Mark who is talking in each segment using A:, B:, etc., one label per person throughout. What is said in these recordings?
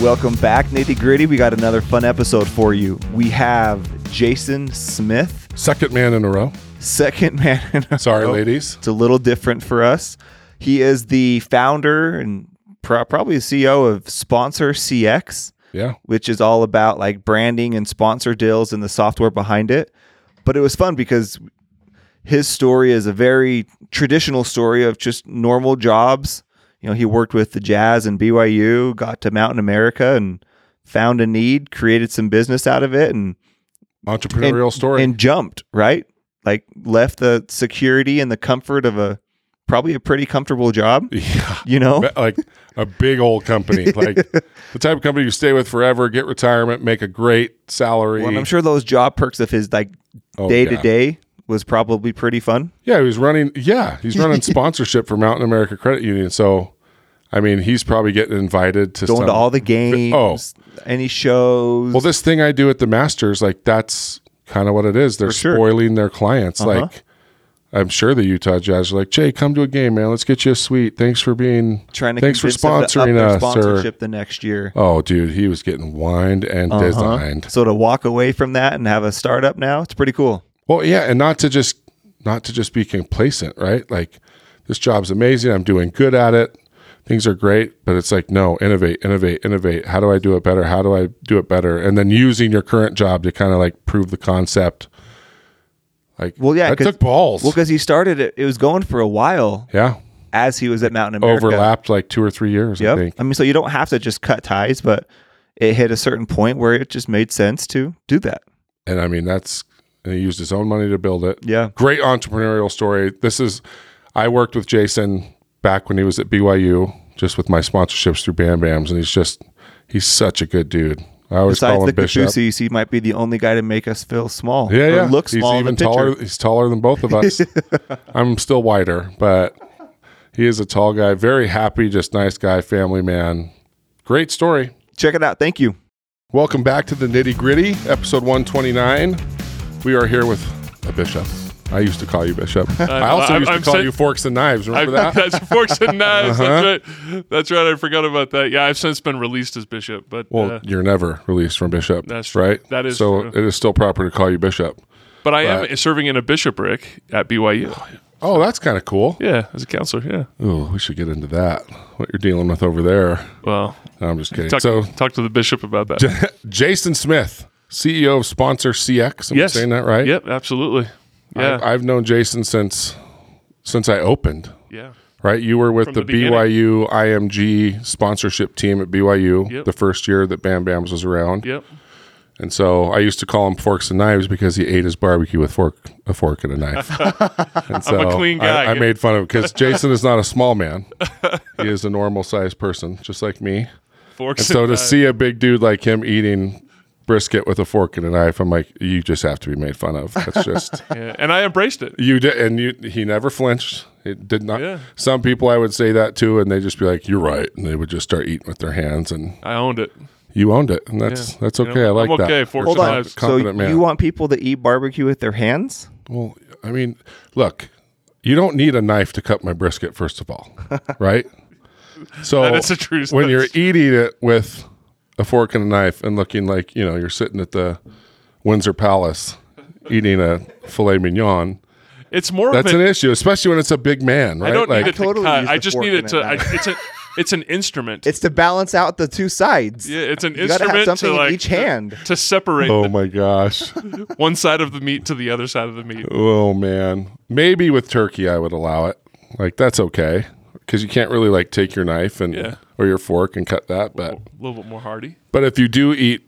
A: Welcome back, Nitty Gritty. We got another fun episode for you. We have Jason Smith,
B: Second man in a row.
A: second man. in a
B: Sorry,
A: row.
B: ladies.
A: It's a little different for us. He is the founder and pro- probably CEO of Sponsor CX,
B: Yeah.
A: which is all about like branding and sponsor deals and the software behind it. But it was fun because his story is a very traditional story of just normal jobs. You know, he worked with the Jazz and BYU, got to Mountain America and found a need, created some business out of it and and-
B: Entrepreneurial story.
A: and jumped, right? Like left the security and the comfort of a probably a pretty comfortable job,
B: yeah.
A: you know?
B: Like a big old company. Like the type of company you stay with forever, get retirement, make a great salary.
A: Well, and I'm sure those job perks of his like
B: Oh,
A: day to
B: yeah.
A: day was probably pretty fun.
B: Yeah, he was running. Yeah, he's running sponsorship for Mountain America Credit Union. So, I mean, he's probably getting invited to
A: Going
B: some-
A: to all the games, any shows.
B: oh. Well, this thing I do at the Masters, like that's kind of what it is. They're
A: sure. Uh-huh.
B: spoiling their clients. Like, I'm sure the Utah Jazz are like, Jay, come to a game, man. Let's get you a suite. Thanks for being.
A: trying to
B: thanks for
A: convince them to up
B: sponsoring
A: their
B: us. Or,
A: sponsorship the next year.
B: oh, dude, he was getting wined and
A: Uh-huh.
B: designed.
A: So to walk away from that and have a startup now, it's pretty cool.
B: Well, yeah, and not to just not to just be complacent, right? Like this job's amazing. I'm doing good at it. Things are great, but it's like no, innovate, innovate, innovate. How do I do it better? How do I do it better? And then using your current job to kind of like prove the concept. Like,
A: Well, yeah,
B: that
A: 'cause-
B: took balls.
A: Well, because he started it, it was going for a while
B: yeah,
A: as he was at Mountain America.
B: overlapped like two or three years. I
A: Yep.
B: think.
A: I mean, so you don't have to just cut ties, but it hit a certain point where it just made sense to do that.
B: and I mean that's and he used his own money to build it.
A: Yeah.
B: great entrepreneurial story. This is I worked with Jason back when he was at BYU, just with my sponsorships through Bam Bams, and he's just he's such a good dude. I always
A: Besides
B: call
A: the
B: him Bishop.
A: Kabusis, he might be the only guy to make us feel small.
B: Yeah,
A: or
B: yeah.
A: Look small
B: he's
A: in
B: even
A: the picture.
B: taller. He's taller than both of us. I'm still wider, but he is a tall guy. Very happy, just nice guy, family man. Great story.
A: Check it out. Thank you.
B: Welcome back to the Nitty Gritty, episode 129. We are here with a bishop. I used to call you bishop. I also
C: I'm-
B: used to
C: I'm
B: call
C: sen-
B: you forks and knives. Remember
C: I-
B: that? Uh-huh.
C: That's forks and knives. That's right. That's right. I forgot about that. Yeah, I've since been released as bishop, but
B: Well,
C: uh,
B: you're never released from bishop.
C: That's true.
B: right.
C: That is
B: so.
C: true.
B: It is still proper to call you bishop.
C: but I am serving in a bishopric at BYU.
B: Oh, that's kind of cool.
C: Yeah, as a counselor. Yeah.
B: Ooh, we should get into that. What you're dealing with over there.
C: Well,
B: No, I'm just kidding.
C: talk,
B: so,
C: talk to the bishop about that.
B: Jason Smith, CEO of Sponsor CX. Am I
C: yes,
B: saying that right?
C: Yep, absolutely. Yeah,
B: I've, I've known Jason since since I opened.
C: yeah.
B: Right, you were with the,
C: the beginning.
B: BYU IMG sponsorship team at BYU
C: Yep.
B: the first year that Bam Bams was around,
C: Yep.
B: and so I used to call him forks and knives because he ate his barbecue with fork a fork and a knife. and so
C: a clean
B: I,
C: guy.
B: I made fun of him because Jason is not a small man; he is a normal sized person, just like me.
C: Forks.
B: And so
C: and
B: to
C: knives.
B: see a big dude like him eating brisket with a fork and a knife, I'm like, you just have to be made fun of. That's just
C: Yeah, and I embraced it.
B: you did, and you he never flinched. It did not.
C: Yeah.
B: Some people I would say that to, and they just be like, "You're right," and they would just start eating with their hands, and
C: I owned it.
B: you owned it, and that's
C: Yeah.
B: that's
C: You know,
B: okay. I
C: I'm
B: like that.
C: okay, forks
B: You're
C: and
B: a
C: knives.
B: comp- Competent
A: so
B: man.
A: you want people to eat barbecue with their hands?
B: well, I mean, look, you don't need a knife to cut my brisket, first of all, right? So
C: That is a true-
B: When you're
C: that's
B: eating it with a fork and a knife, and looking like you know you're sitting at the Windsor Palace eating a filet mignon.
C: It's more
B: That's
C: of
B: an
C: an.
B: issue, especially when it's a big man, right?
C: I don't
B: like,
C: need it to
A: totally use
C: cut. I
A: the
C: just
A: fork
C: need
A: in
C: it
A: it
C: to.
A: now.
C: I, it's a. It's an instrument.
A: It's to balance out the two sides.
C: yeah, it's an
A: you gotta have
C: instrument
A: something
C: to
A: in
C: like
A: each hand.
C: to separate
B: Oh my gosh.
C: one side of the meat to the other side of the meat.
B: Oh man. Maybe with turkey I would allow it. Like that's okay cuz you can't really like take your knife and
C: Yeah.
B: or your fork and cut that, but
C: A little bit more hearty.
B: but if you do eat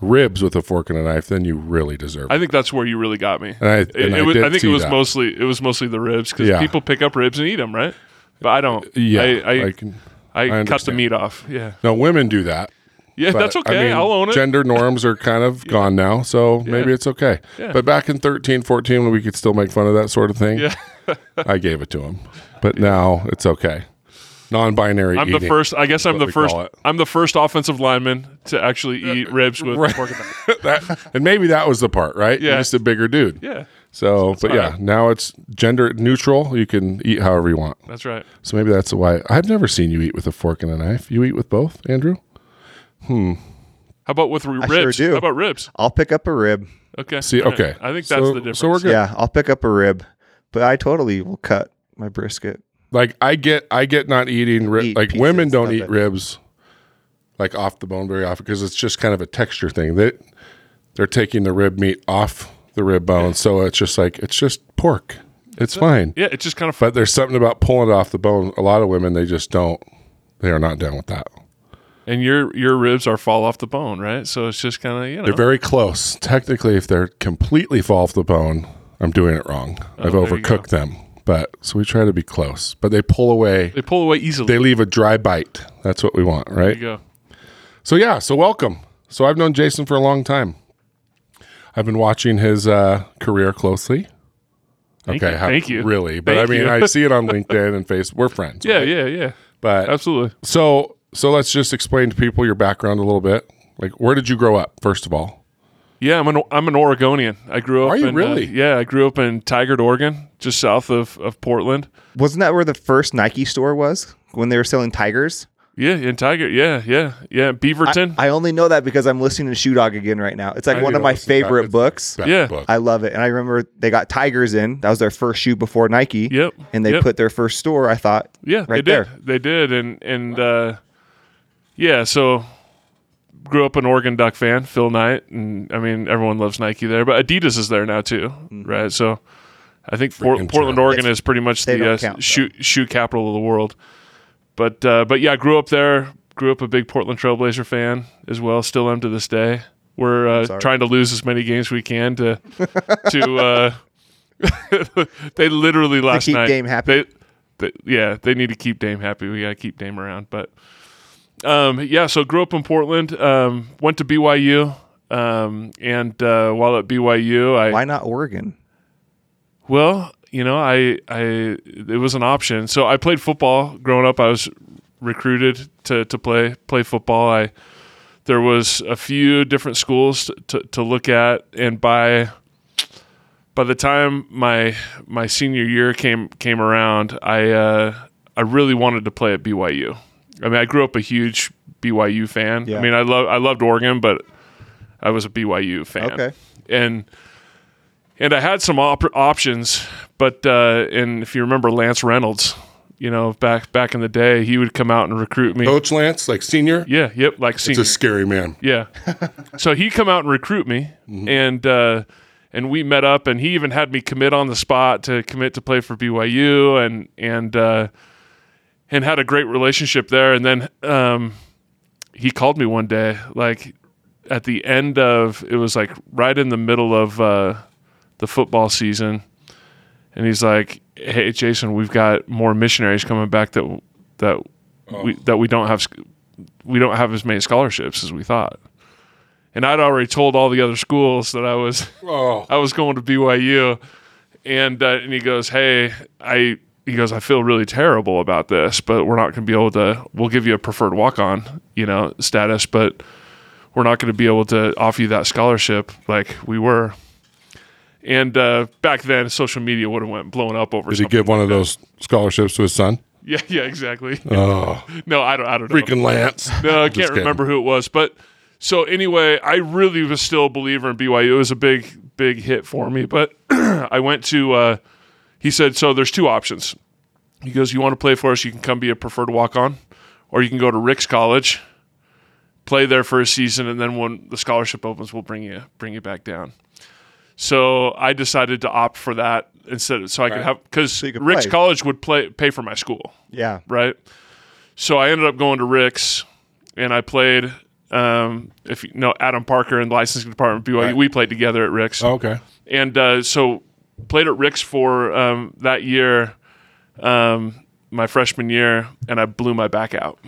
B: ribs with a fork and a knife, then you really deserve it.
C: I think that's where you really got me.
B: And I-
C: it,
B: and I
C: it was,
B: did
C: I think
B: see
C: it was
B: that.
C: mostly it was mostly the ribs because
B: Yeah.
C: people pick up ribs and eat them, right? But I don't.
B: yeah.
C: I I,
B: like,
C: I, cut the
B: understand.
C: meat off. Yeah,
B: now women do that.
C: yeah,
B: but,
C: that's okay.
B: I mean,
C: I'll own it.
B: Gender norms are kind of gone now, so maybe it's okay.
C: Yeah.
B: But back in 13, 14 when we could still make fun of that sort of thing,
C: yeah,
B: I gave it to him. But now it's okay. Non-binary
C: I'm the
B: eating.
C: first. I guess I'm
B: what
C: the
B: we
C: first.
B: call it.
C: I'm the first offensive lineman to actually
A: Uh,
C: eat ribs with
B: right.
C: fork and knife.
B: that, and maybe that was the part, right? You're
C: Yeah.
B: just a bigger dude.
C: Yeah,
B: So, but
C: all
B: yeah,
C: right.
B: now it's gender neutral. You can eat however you want.
C: that's right.
B: So maybe that's why I've never seen you eat with a fork and a knife. You eat with both, Andrew.
C: How about with re-
A: sure
C: ribs?
A: do.
C: How about ribs?
A: I'll pick up a rib.
C: Okay.
B: See,
C: All right.
B: okay.
C: I think that's
B: So-
C: the difference.
B: so we're good.
A: Yeah, I'll pick up a rib, but I totally will cut my brisket.
B: Like I get, I get not eating rib.
A: Eat
B: like
A: pieces
B: women don't
A: of
B: eat
A: it.
B: ribs, like off the bone very often because it's just kind of a texture thing. That they, they're taking the rib meat off the rib bone, so it's just like it's just pork. It's fine,
C: Yeah, it's just kind of
B: but there's something about pulling it off the bone. A lot of women they just don't. They are not down with that.
C: and your your ribs are fall off the bone, right? So it's just kind of you know.
B: They're very close. Technically, if they're completely fall off the bone, I'm doing it wrong. I've
C: Oh, there you go.
B: overcooked them. But so we try to be close, but they pull away.
C: they pull away easily.
B: They leave a dry bite. That's what we want,
C: there you
B: right?
C: go.
B: So yeah, so welcome. So I've known Jason for a long time. I've been watching his uh, career closely.
C: Thank
B: okay,
C: you.
B: how-
C: Thank you.
B: Really, but
C: Thank
B: I mean,
C: you.
B: I see it on LinkedIn and Facebook. We're friends.
C: Yeah,
B: right?
C: yeah, yeah.
B: But
C: Absolutely.
B: so so let's just explain to people your background a little bit. Like, where did you grow up? First of all,
C: Yeah, I'm an I'm an Oregonian. I grew up.
B: Are you
C: in,
B: really?
C: uh, yeah, I grew up in Tigard, Oregon, just south of of Portland.
A: Wasn't that where the first Nike store was when they were selling tigers?
C: Yeah, in Tiger. Yeah, yeah, yeah. Beaverton.
A: I only know that because I'm listening to Shoe Dog again right now. It's like one
B: do
A: of my
B: listen to that.
A: favorite
B: It's-
A: books.
B: that
C: Yeah.
B: book.
A: I love it. And I remember they got Tigers in. That was their first shoe before Nike.
C: Yep.
A: And they
C: Yep.
A: put their first store, I thought.
C: yeah,
A: right
C: they did.
A: there.
C: They did, and and uh, yeah. So grew up an Oregon Duck fan, Phil Knight, and I mean everyone loves Nike there, but Adidas is there now too,
A: Mm-hmm.
C: right? So I think Por-
B: Freaking
C: Portland,
B: terrible.
C: Oregon is pretty much
A: They
C: the
A: don't
C: uh,
A: count, though.
C: shoe shoe capital of the world. But uh, but yeah, I grew up there. Grew up a big Portland Trailblazer fan as well. Still am to this day. We're uh,
A: sorry.
C: trying to lose as many games we can to to. Uh, they literally last
A: keep
C: night.
A: Dame happy.
C: They, they, yeah, they need to keep Dame happy. We gotta keep Dame around. But um, yeah, so grew up in Portland. Um, went to BYU. Um, and uh, while at BYU, I
A: Why not Oregon?
C: well, you know, I I it was an option. So I played football growing up. I was recruited to to play play football. I there was a few different schools to, to, to look at, and by by the time my my senior year came came around, I uh, I really wanted to play at BYU. I mean, I grew up a huge BYU fan.
A: Yeah.
C: I mean, I love I loved Oregon, but I was a BYU fan.
A: Okay.
C: and and I had some op- options, but uh, and if you remember Lance Reynolds, you know back back in the day, he would come out and recruit me.
B: Coach Lance, like senior,
C: Yeah, yep, like
B: Oh. it's
C: senior.
B: a scary man.
C: Yeah. so he come out and recruit me, and uh, and we met up, and he even had me commit on the spot to commit to play for BYU, and and uh, and had a great relationship there. And then um, he called me one day, like at the end of it was like right in the middle of uh, the football season, and he's like, "Hey, Jason, we've got more missionaries coming back that that we that we don't have." sc- we don't have as many scholarships as we thought. And I'd already told all the other schools that I was
B: Oh,
C: I was going to BYU, and uh, and he goes, "Hey, I." He goes, I feel really terrible about this, but we're not going to be able to. We'll give you a preferred walk-on, you know, status, but we're not going to be able to offer you that scholarship like we were. And uh, back then, social media would have went blown up over.
B: did he
C: something.
B: give one of those scholarships to his son?
C: Yeah, yeah, exactly.
B: Oh,
C: no, I don't. I don't. know.
B: freaking Lance!
C: No, I
B: Just
C: can't
B: kidding.
C: remember who it was. But so anyway, I really was still a believer in BYU. It was a big, big hit for me. But I went to, uh, he said, so there's two options. He goes, you want to play for us? You can come be a preferred walk on, or you can go to Rick's College, play there for a season, and then when the scholarship opens, we'll bring you bring you back down. So I decided to opt for that instead, so I could have because
A: you could
C: Rick's
A: play.
C: College would play pay for my school
A: Yeah.
C: right? So I ended up going to Rick's, and I played. Um, if you know Adam Parker in the licensing department of BYU,
B: Right.
C: we played together at Rick's,
B: Oh, okay,
C: and uh, so played at Rick's for um, that year, um, my freshman year, and I blew my back out.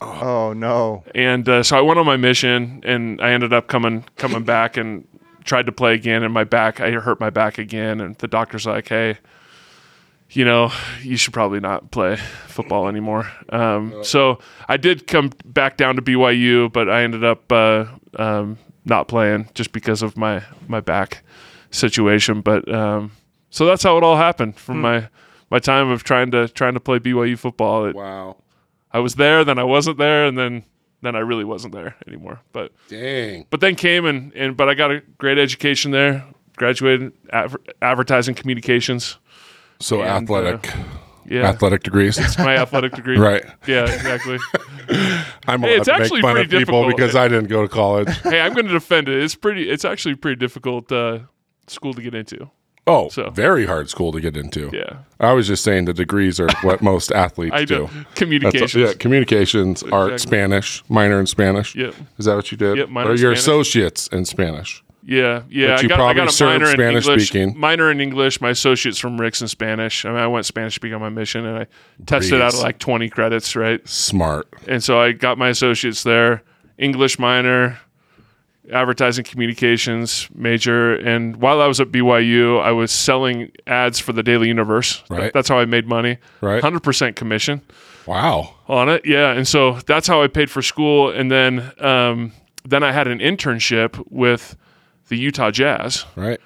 A: Oh, no.
C: And uh, so I went on my mission, and I ended up coming coming back and tried to play again. And my back, I hurt my back again. And the doctor's like, "Hey, you know, you should probably not play football anymore." Um, so I did come back down to BYU, but I ended up uh, um, not playing just because of my my back situation. But um, so that's how it all happened from my my time of trying to trying to play BYU football. It,
B: wow.
C: I was there, then I wasn't there, and then then I really wasn't there anymore. But
B: Dang.
C: but then came and, and but I got a great education there. Graduated adver- advertising communications.
B: So
C: And, uh,
B: athletic,
C: Yeah,
B: athletic degrees.
C: my athletic degree.
B: right.
C: Yeah, exactly.
B: I'm
C: Hey,
B: allowed
C: it's
B: to make
C: actually
B: fun of
C: pretty
B: people
C: difficult.
B: because I didn't go to college.
C: hey, I'm going to defend it. It's pretty. It's actually pretty difficult uh, school to get into.
B: Oh,
C: So-
B: very hard school to get into.
C: Yeah,
B: I was just saying the degrees are what most athletes do.
C: I do
B: That's-
C: communications.
B: yeah, communications, art,
C: Exactly.
B: Spanish, minor in Spanish.
C: Yep.
B: Is that what you did?
C: Yep, minor
B: or
C: in
B: your
C: Spanish.
B: associates in Spanish.
C: Yeah, yeah.
B: But you
C: I, got, I
B: probably
C: got a
B: served
C: minor in
B: Spanish
C: English.
B: speaking.
C: Minor in English. My associates from Ricks in Spanish. I mean, I went Spanish speaking on my mission, and I tested out
B: Breeze.
C: like twenty credits, right?
B: Smart.
C: And so I got my associates there. English minor, advertising communications major, and while I was at BYU, I was selling ads for the Daily Universe.
B: Right.
C: That's how I made money.
B: Right.
C: Hundred percent commission
B: Wow.
C: on it. Yeah, and so that's how I paid for school, and then um, then I had an internship with the Utah Jazz,
B: Right.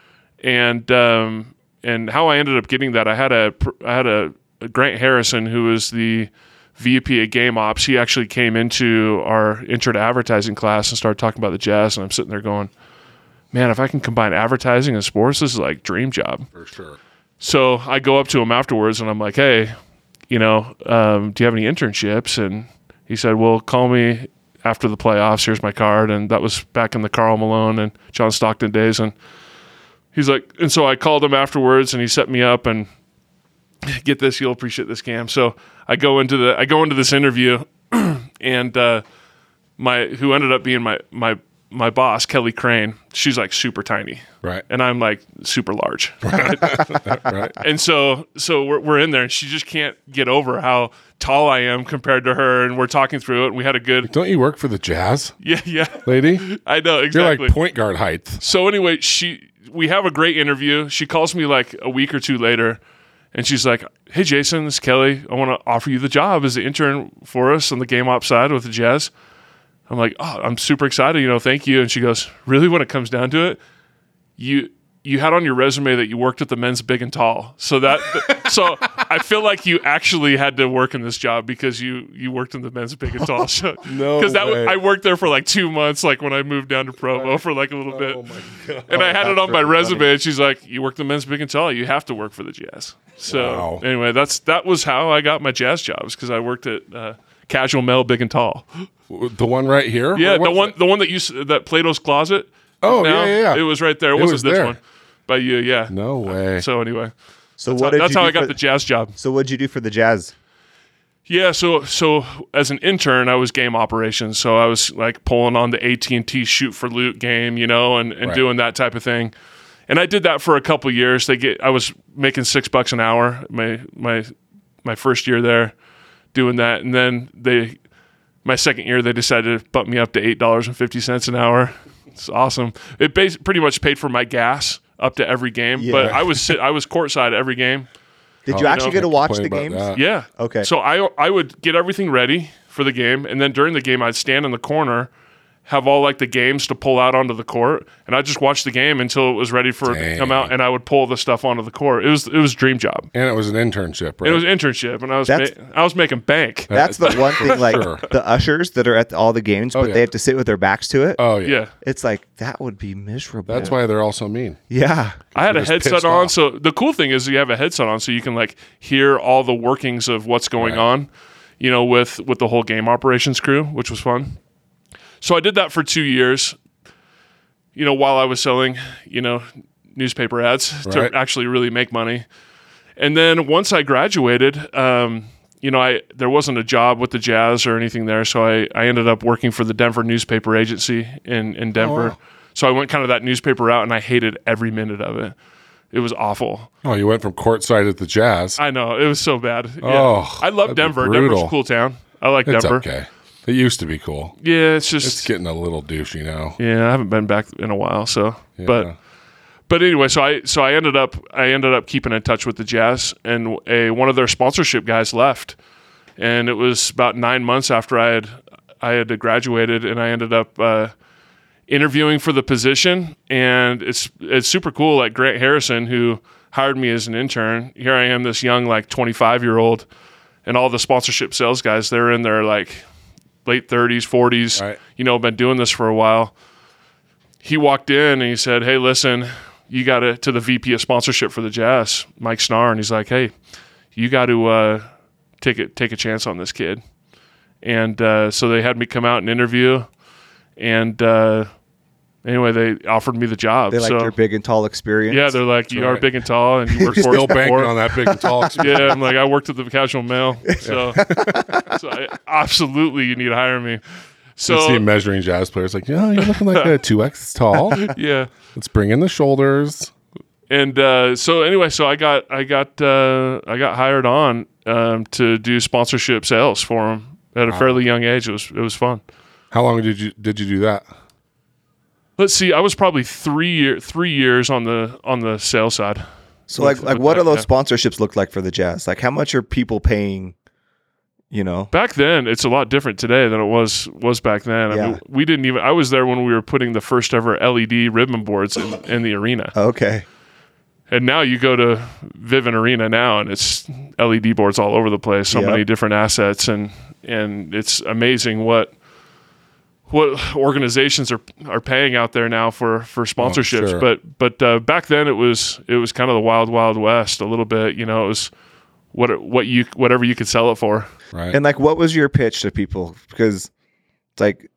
C: and um, and how I ended up getting that. I had a pr- I had a, a Grant Harrison who was the VP of Game Ops. He actually came into our intro to advertising class and started talking about the Jazz, and I'm sitting there going. Man, if I can combine advertising and sports, this is like dream job.
B: For sure.
C: So I go up to him afterwards and I'm like, hey, you know, um, do you have any internships? And he said, well, call me after the playoffs. Here's my card. And that was back in the Carl Malone and John Stockton days. And he's like, and so I called him afterwards and he set me up and get this, you'll appreciate this cam. So I go into the, I go into this interview and, uh, my, who ended up being my, my, my boss, Kelly Crane, she's like super tiny
B: Right.
C: and I'm like super large.
B: Right.
C: And so, so we're, we're in there, and she just can't get over how tall I am compared to her. And we're talking through it, and we had a good,
B: Don't you work for the Jazz,
C: yeah, yeah.
B: lady?
C: I know
B: You're
C: exactly.
B: like point guard height.
C: so anyway, she we have a great interview. She calls me like a week or two later, and she's like, "Hey, Jason, this is Kelly. I want to offer you the job as the intern for us on the game op side with the Jazz." I'm like, "Oh, I'm super excited. You know, thank you." And she goes, "Really? When it comes down to it, you." You had on your resume that you worked at the men's big and tall, so that so I feel like you actually had to work in this job because you you worked in the men's big and tall. So,
B: No
C: because that
B: way.
C: w- I worked there for like two months, like when I moved down to Provo for like a
B: oh
C: little bit
B: God.
C: and I had it
B: Oh, that's
C: on my
B: really funny.
C: resume, and she's like, "You work the men's big and tall. You have to work for the Jazz." So
B: Wow.
C: anyway, that's that was how I got my jazz jobs because I worked at uh, Casual Mel Big and Tall.
B: The one right here? Or
C: Yeah, the
B: what's
C: one
B: it?
C: the one that you s- that Plato's Closet.
B: Oh, yeah,
C: Now,
B: yeah, yeah.
C: It was right there. It,
B: It
C: wasn't
B: was
C: this
B: there.
C: one by you. Yeah.
B: No way.
C: So anyway,
A: So what did
C: that's
A: you
C: how
A: do
C: I got
A: for-
C: the jazz job.
A: So what'd you do for the Jazz?
C: Yeah, so so as an intern, I was game operations. So I was like pulling on the AT and T shoot for loot game, you know, and, and
B: Right.
C: doing that type of thing. And I did that for a couple years. They get I was making six bucks an hour my my my first year there doing that, and then they my second year they decided to bump me up to eight dollars and fifty cents an hour. It's awesome. It bas- pretty much paid for my gas up to every game, but
A: Yeah.
C: I was sit- I was courtside every game.
B: Oh,
A: Did you actually
C: no,
A: get to watch
B: Complain
A: the games?
B: about that.
C: Yeah.
A: Okay.
C: So I I would get everything ready for the game, and then during the game, I'd stand in the corner, have all like the games to pull out onto the court, and I just watched the game until it was ready for it to come out, and I would pull the stuff onto the court. It was it was a dream job.
B: And it was an internship, right?
C: It was an internship, and I was ma-
A: That's-
C: I was making bank.
A: That's the one thing. Like
B: Uh, sure. Oh,
A: the ushers that are at all the games, but
B: yeah.
A: they have to sit with their backs to it.
B: oh, yeah.
C: yeah.
A: it's like that would be miserable.
B: That's why they're all so mean.
A: Yeah.
C: I had a
B: just pissed
C: headset on,
B: off.
C: so the cool thing is you have a headset on, so you can like hear all the workings of what's going on, you know, with with the whole game operations crew, which was fun. So I did that for two years, you know, while I was selling, you know, newspaper ads
B: Right.
C: to actually really make money. And then once I graduated, um, you know, I there wasn't a job with the Jazz or anything there, so I, I ended up working for the Denver newspaper agency in in Denver.
B: Oh, wow.
C: So I went kind of that newspaper route, and I hated every minute of it. It was awful.
B: Oh, you went from courtside at the Jazz.
C: I know it was so bad. Yeah.
B: Oh,
C: I love
B: that'd be
C: Denver.
B: brutal.
C: Denver's a cool town. I like
B: it's
C: Denver.
B: okay. It used to be cool.
C: Yeah, it's just
B: It's getting a little douchey now.
C: yeah. I haven't been back in a while, so but but anyway, so I so I ended up I ended up keeping in touch with the Jazz, and a one of their sponsorship guys left, and it was about nine months after I had I had graduated, and I ended up uh, interviewing for the position, and it's it's super cool. Like Grant Harrison, who hired me as an intern, here I am, this young like twenty five year old, and all the sponsorship sales guys, they're in their like late 30s, 40s,
B: Right.
C: you know, been doing this for a while. He walked in and he said, Hey, listen, you got to, to the VP of sponsorship for the Jazz, Mike Snar. And he's like, Hey, you got to uh, take, a, take a chance on this kid. And uh, so they had me come out and interview. And uh, anyway, they offered me the job.
A: They like
C: so,
A: your big and tall experience.
C: yeah, they're like, you are
B: right.
C: big and tall, and you work for us
B: Still banking
C: before.
B: on that big and tall.
C: Yeah, I'm like, I worked at the Casual Mail, so, so I, absolutely, you need to hire me.
B: Just see
C: So
B: him measuring jazz players like, yeah, you're looking like a two X tall.
C: yeah,
B: Let's bring in the shoulders.
C: and uh, so anyway, so I got I got uh, I got hired on um, to do sponsorship sales for them at a fairly young age. It was it was fun.
B: How long did you did you do that?
C: Let's see, I was probably three year three years on the on the sales side.
A: So like like what
C: that,
A: are those
C: yeah.
A: sponsorships look like for the Jazz? Like how much are people paying? You know,
C: back then it's a lot different today than it was was back then. I
A: Yeah.
C: mean, we didn't even I was there when we were putting the first ever LED ribbon boards in, in the arena.
A: okay.
C: And now you go to Vivint Arena now and it's LED boards all over the place, so
A: Yep.
C: many different assets and and it's amazing what what organizations are are paying out there now for for sponsorships.
B: sure.
C: But but uh, back then it was it was kind of the wild wild west a little bit, you know, it was what what you whatever you could sell it for.
B: Right.
A: And like, what was your pitch to people? Because it's like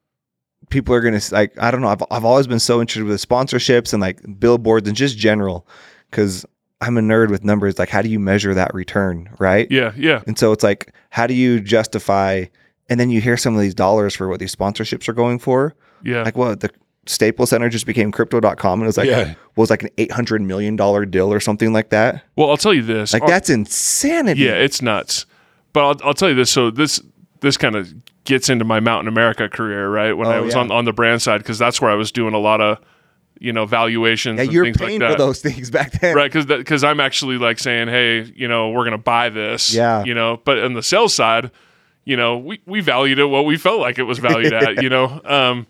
A: people are gonna s- like I don't know. I've I've always been so interested with sponsorships and like billboards and just general. Because I'm a nerd with numbers. Like, how do you measure that return, right?
C: Yeah, yeah.
A: And so it's like, how do you justify? And then you hear some of these dollars for what these sponsorships are going for.
C: Yeah.
A: Like, what the Staples Center just became crypto.com and it was like
B: Yeah.
A: was like an eight hundred million dollar deal or something like that.
C: Well, I'll tell you this.
A: Like
C: Our-
A: that's insanity.
C: Yeah, it's nuts. But I'll, I'll tell you this. So this this kind of gets into my Mountain America career, right? When I was
A: Oh, yeah.
C: on, on the brand side, because that's where I was doing a lot of you know valuations.
A: Yeah,
C: and
A: you're
C: things
A: paying
C: like that.
A: for those things back then.
C: Right, because because I'm actually like saying, hey, you know, we're gonna buy this.
A: Yeah.
C: You know, but on the sales side, you know, we we valued it what we felt like it was valued at. You know, um,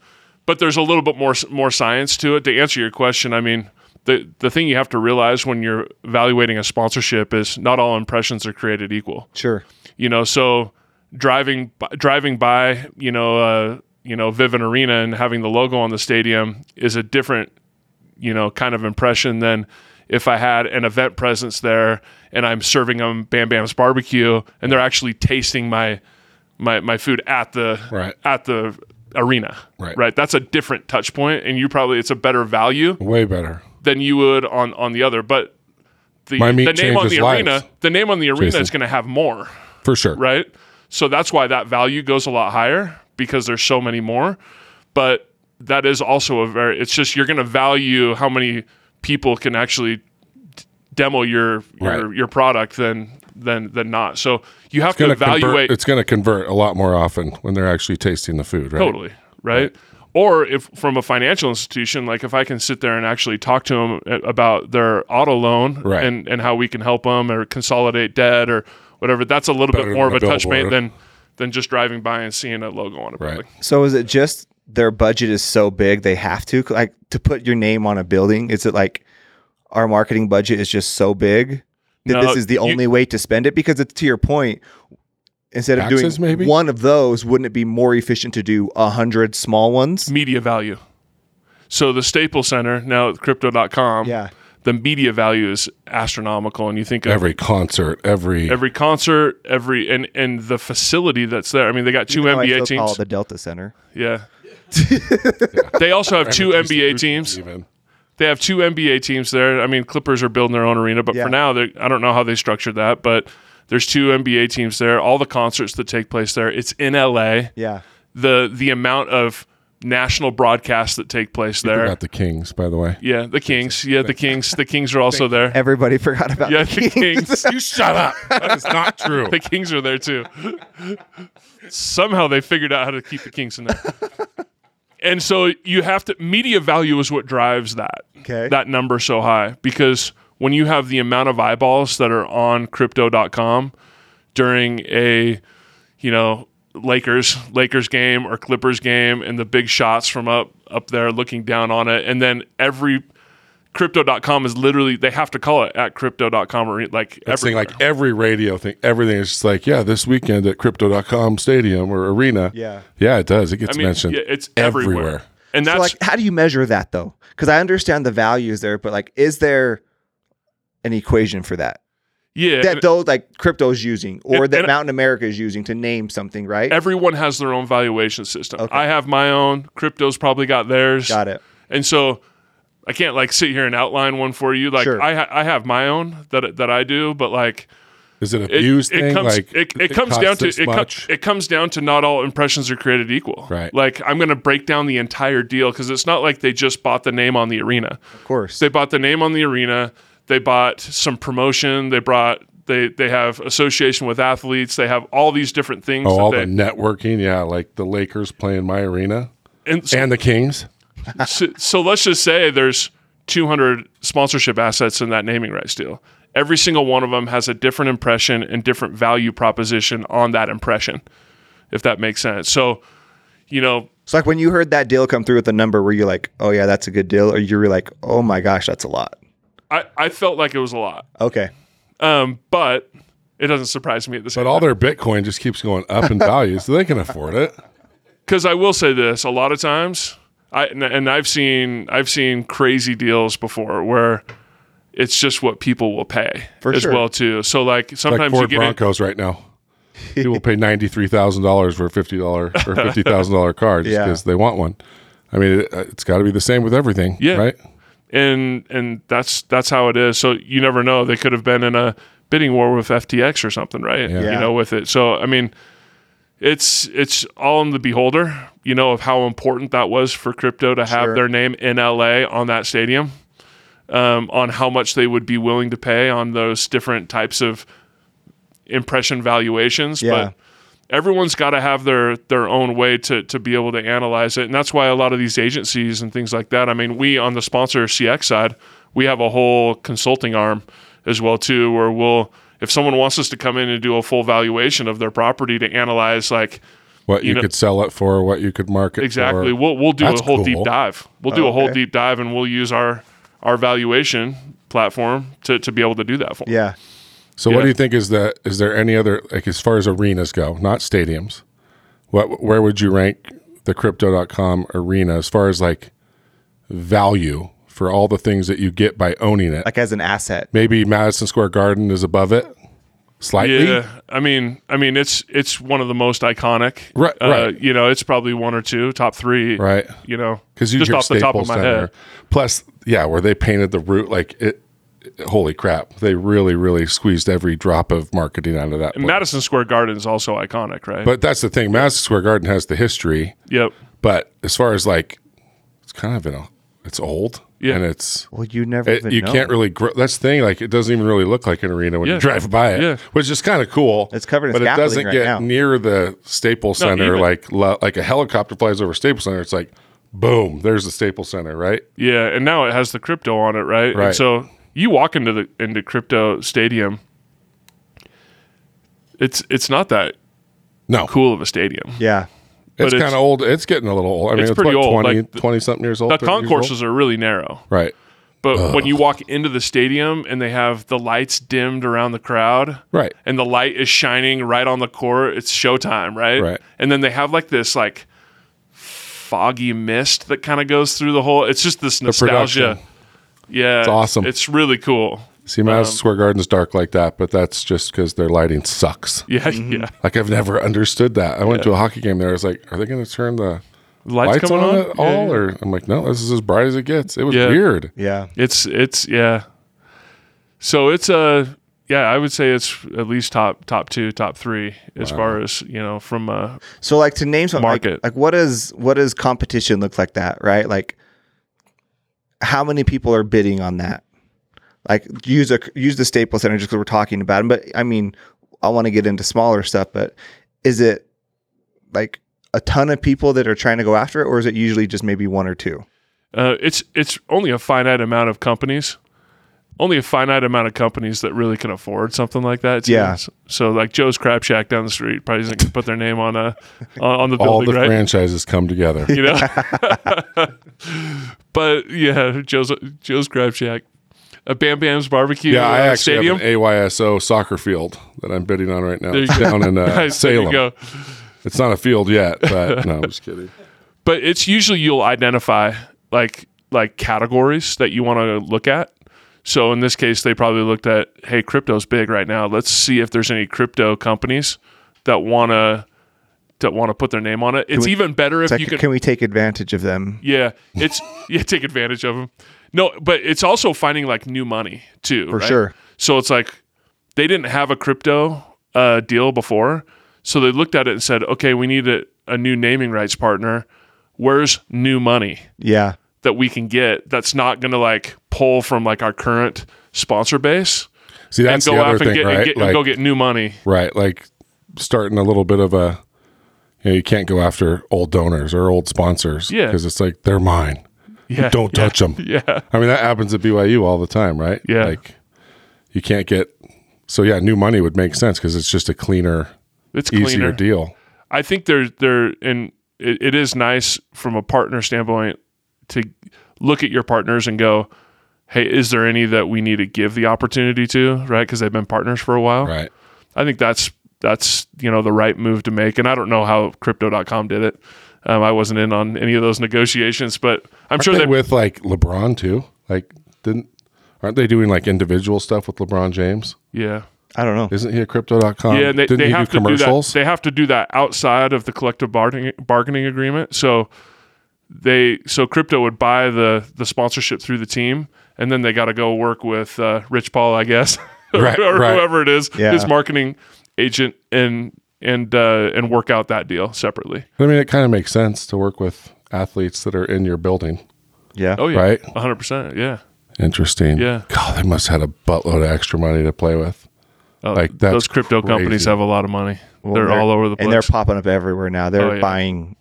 C: but there's a little bit more s- more science to it. To answer your question, I mean, the the thing you have to realize when you're evaluating a sponsorship is not all impressions are created equal
A: Sure.
C: you know so driving b- driving by you know uh you know Vivint Arena and having the logo on the stadium is a different you know kind of impression than if I had an event presence there and I'm serving them Bam Bam's barbecue and they're actually tasting my my my food at the
B: Right.
C: at the arena
B: Right.
C: right that's a different touch point and you probably it's a better value
B: Way better.
C: than you would on on the other but the,
B: My meat
C: the name on
B: changes
C: the
B: lives.
C: arena the name on the arena
B: Jason.
C: is going to have more
B: For sure.
C: right? So that's why that value goes a lot higher because there's so many more. But that is also a very, it's just you're going to value how many people can actually d- demo your your,
B: Right.
C: your product than than than not. So you have to
B: Gonna convert-
C: evaluate
B: it's going to convert a lot more often when they're actually tasting the food, right?
C: totally, right? Or if from a financial institution, like if I can sit there and actually talk to them about their auto loan
B: Right.
C: and and how we can help them or consolidate debt or whatever, that's a little
B: Better
C: bit more of
B: than
C: a
B: a
C: touch point
B: billboard.
C: than than just driving by and seeing a logo on a
B: Right.
C: building.
A: So is it just their budget is so big they have to like to put your name on a building? Is it like our marketing budget is just so big that
C: No,
A: this is the
C: you-
A: only way to spend it? Because it's to your point. Instead of
B: Taxes,
A: doing
B: maybe?
A: one of those, wouldn't it be more efficient to do a hundred small ones?
C: Media value. So the Staples Center now at crypto.com,
A: Yeah.
C: the media value is astronomical and you think of
B: Every concert, every,
C: every concert, every and and the facility that's there. I mean, they got two
A: Oh, I
C: NBA
A: still call
C: teams.
A: it the Delta Center.
C: yeah. They also have two NBA teams.
B: Even.
C: They have two NBA teams there. I mean, Clippers are building their own arena, but
A: Yeah.
C: for now, they I don't know how they structured that, but there's two NBA teams there. All the concerts that take place there. It's in LA.
A: Yeah.
C: The the amount of national broadcasts that take place there.
B: Not the Kings, by the way.
C: Yeah, the Kings. Yeah, the Kings. The Kings are also there.
A: Everybody forgot about
C: Yeah,
A: yeah,
C: the Kings.
B: You shut up. That is not true.
C: The Kings are there too. Somehow they figured out how to keep the Kings in there. And so you have to media value is what drives that.
A: Okay.
C: That number so high because when you have the amount of eyeballs that are on crypto.com during a you know Lakers Lakers game or Clippers game and the big shots from up up there looking down on it and then every crypto.com is literally they have to call it at crypto.com or like
B: It's thing,
C: everywhere.
B: like every radio thing, everything is just like, yeah, this weekend at crypto.com stadium or arena.
A: Yeah.
B: Yeah, it does. It gets
C: I mean,
B: mentioned.
C: yeah, it's everywhere.
B: everywhere.
C: And
A: So
C: that's
A: like, how do you measure that though? Because I understand the values there, but like, is there an equation for that
C: yeah,
A: that
C: and
A: though like crypto is using or
C: And-
A: that
C: and-
A: Mountain America is using to name something, right?
C: everyone has their own valuation system.
A: Okay.
C: I have my own. Crypto's probably got theirs.
A: Got it.
C: And so I can't like sit here and outline one for you. Like
A: Sure.
C: I ha- I have my own that that I do, but like
B: Is it
C: it,
B: abused
C: it
B: thing?
C: comes
B: like
C: it, it comes
B: costs
C: down to
B: this
C: it, com-
B: much?
C: it comes down to not all impressions are created equal.
B: Right.
C: Like I'm going to break down the entire deal because it's not like they just bought the name on the arena.
A: Of course.
C: They bought the name on the arena. They bought some promotion. They brought they they have association with athletes. They have all these different things.
B: oh, all the
C: that
B: networking. Yeah, like the Lakers playing my arena
C: they, and so,
B: and the Kings.
C: so, so let's just say there's 200 sponsorship assets in that naming rights deal. Every single one of them has a different impression and different value proposition on that impression, if that makes sense. So, you know,
A: So like when you heard that deal come through with a number, were you like, oh yeah, that's a good deal, or you were like, oh my gosh, that's a lot.
C: I, I felt like it was a lot,
A: Okay.
C: um, but it doesn't surprise me at this
B: But all their Bitcoin just keeps going up in value, so they can afford it.
C: because I will say this a lot of times. I and- and I've seen I've seen crazy deals before where it's just what people will pay
A: For
C: as
A: sure.
C: well too. So like
B: Like
C: sometimes
B: Ford
C: you get in-
B: Broncos right now. People will pay ninety three thousand dollars for a fifty dollar or fifty thousand dollar car just
A: Yeah.
B: because they want one. I mean, it, uh, it's got to be the same with everything,
C: Yeah.
B: right?
C: and and that's that's how it is. So you never know. They could have been in a bidding war with FTX or something, right?
A: Yeah.
C: You know, with it. So I mean, it's it's all in the beholder. You know of how important that was for crypto to have
A: Sure.
C: their name in LA on that stadium, um, on how much they would be willing to pay on those different types of impression valuations,
A: Yeah.
C: but. Everyone's got to have their their own way to to be able to analyze it, and that's why a lot of these agencies and things like that. I mean, we on the sponsor CX side, we have a whole consulting arm as well too, where we'll if someone wants us to come in and do a full valuation of their property to analyze like
B: What you,
C: know-
B: could sell it for, what you could market
C: exactly,
B: for.
C: we'll we'll do a
B: That's
C: whole deep
B: cool.
C: dive. We'll do a whole
A: okay.
C: deep dive, and we'll use our our valuation platform to to be able to do that for. 'em.
A: Yeah.
B: So, what
C: Yeah.
B: do you think is the is there any other like as far as arenas go, not stadiums? What where would you rank the crypto.com arena as far as like value for all the things that you get by owning it?
A: Like as an asset.
B: Maybe Madison Square Garden is above it slightly.
C: Yeah, I mean, I mean, it's it's one of the most iconic.
B: Right,
C: uh,
B: right.
C: You know, it's probably one or two, top three.
B: Right.
C: You know,
B: Cuz you
C: just
B: hear
C: off the top of
B: Staples
C: my
B: Center.
C: head.
B: Plus, yeah, where they painted the route like it, holy crap. They really really squeezed every drop of marketing out of that. place.
C: Madison Square Garden is also iconic, right?
B: but that's the thing. Madison Square Garden has the history.
C: yep.
B: But as far as like, it's kind of you know, it's old.
C: Yeah.
B: And it's
A: Well, you never.
C: Eh,
B: it,
A: even
B: you
A: know.
B: can't really grow. That's the thing. Like it doesn't even really look like an arena when
C: Yeah.
B: you drive by it,
C: Yeah.
B: which is kind of cool.
A: It's covered in
B: but it
A: scaffolding
B: doesn't
A: right
B: get
A: now.
B: near the Staples Center.
C: even-
B: like lo- like a helicopter flies over Staples Center. It's like boom. There's the Staples Center, right?
C: Yeah, and now it has the crypto on it, right? And
B: Right.
C: so you walk into the into crypto stadium. It's it's not that
B: No,
C: cool of a stadium.
A: Yeah.
B: it's
C: it's-
B: kind of old. It's getting a little old. I mean,
C: It's
B: it's,
C: pretty
B: what,
C: old,
B: 20,
C: like, the-
B: 20 something years old.
C: The
B: 30 years old?
C: concourses are really narrow.
B: right?
C: But when you walk into the stadium and they have the lights dimmed around the crowd,
B: Right.
C: And the light is shining right on the court, it's showtime, right?
B: Right.
C: And then they have like this like foggy mist that kind of goes through the whole. It's just this nostalgia.
B: production.
C: Yeah, it's
B: awesome.
C: It's really cool.
B: See,
C: Um,
B: Madison Square Garden's dark like that, but that's just because their lighting sucks.
C: Yeah, yeah.
B: Like I've never understood that. I went to a hockey game there. I was like, are they going to turn the
C: Lights,
B: lights on,
C: coming on,
B: at all?
C: Yeah.
B: Or I'm like, no, this is as bright as it gets. It was
C: Yeah.
B: weird.
A: Yeah.
C: It's it's yeah. So it's uh, yeah. I would say it's at least top top two, top three as far as you know from uh
A: So like to name something like-
C: Market.
A: like, what is what does competition look like that, right? Like how many people are bidding on that? Like use a use the Staples Center just because we're talking about them, but I mean, I want to get into smaller stuff, but is it like a ton of people that are trying to go after it, or is it usually just maybe one or two?
C: Uh, it's it's only a finite amount of companies, only a finite amount of companies that really can afford something like that. too.
A: Yeah.
C: So like Joe's Crab Shack down the street probably isn't going to put their name on a on, on the
B: All
C: building,
B: the
C: right?
B: franchises come together.
C: you know. But yeah, Joe's Joe's Grab Shack, a Bam Bam's Barbecue
B: Yeah, I
C: uh,
B: actually
C: Stadium.
B: have an AYSO soccer field that I'm bidding on right now.
C: There you
B: It's
C: go.
B: down in uh,
C: Nice, there you
B: Salem.
C: go.
B: It's not a field yet, but no, I'm just kidding.
C: But it's usually you'll identify like like categories that you want to look at. So in this case, they probably looked at, hey, crypto's big right now. Let's see if there's any crypto companies that wanna that want to put their name on it. It's even better if
A: Like,
C: you
A: can,
C: can
A: we take advantage of them?
C: Yeah, it's yeah, take advantage of them. No, but it's also finding like new money too. For
A: sure.
C: So it's like they didn't have a crypto uh, deal before, so they looked at it and said, "Okay, we need a, a new naming rights partner. Where's new money
A: Yeah,
C: that we can get that's not going to like pull from like our current sponsor base
B: See, that's
C: and
B: the
C: go
B: other
C: out and
B: thing,
C: get,
B: right?
C: and get and go get new money?"
B: Right. Like starting a little bit of a, you know, you can't go after old donors or old sponsors.
C: Yeah.
B: Because it's like, they're mine.
C: Yeah.
B: Don't touch them.
C: Yeah.
B: I mean, that happens at BYU all the time, right?
C: Yeah.
B: Like you can't get, so yeah, new money would make sense because it's just a cleaner,
C: It's
B: easier
C: cleaner.
B: deal.
C: I think they're they're and it, it is nice from a partner standpoint to look at your partners and go, hey, is there any that we need to give the opportunity to, right? Because they've been partners for a while.
B: Right.
C: I think that's that's you know the right move to make, and I don't know how Crypto.com did it. Um, I wasn't in on any of those negotiations, but I'm sure
B: Aren't
C: they.
B: they with like LeBron too. Like, didn't, aren't they doing like individual stuff with LeBron James?
C: yeah.
A: I don't know.
B: Isn't he a crypto.com?
C: Yeah, and they,
B: Um, didn't
C: they
B: he
C: have
B: do
C: to do that.
B: commercials?
C: They have to do that outside of the collective bargaining, bargaining agreement. So they so crypto would buy the the sponsorship through the team, and then they got to go work with uh, Rich Paul, I guess,
B: Right,
C: or
B: right.
C: whoever it is,
A: Yeah.
C: his marketing agent, and and uh, and work out that deal separately.
B: I mean, it kind of makes sense to work with athletes that are in your building,
A: Yeah,
C: Oh yeah,
B: right?
C: one hundred percent. Yeah,
B: Interesting.
C: Yeah.
B: God, they must have had a buttload of extra money to play with.
C: Oh,
B: Like, that's
C: those crypto
B: crazy.
C: companies have a lot of money.
A: Well,
C: they're, all over the place.
A: and they're popping up everywhere now. They're
C: Oh, yeah.
A: buying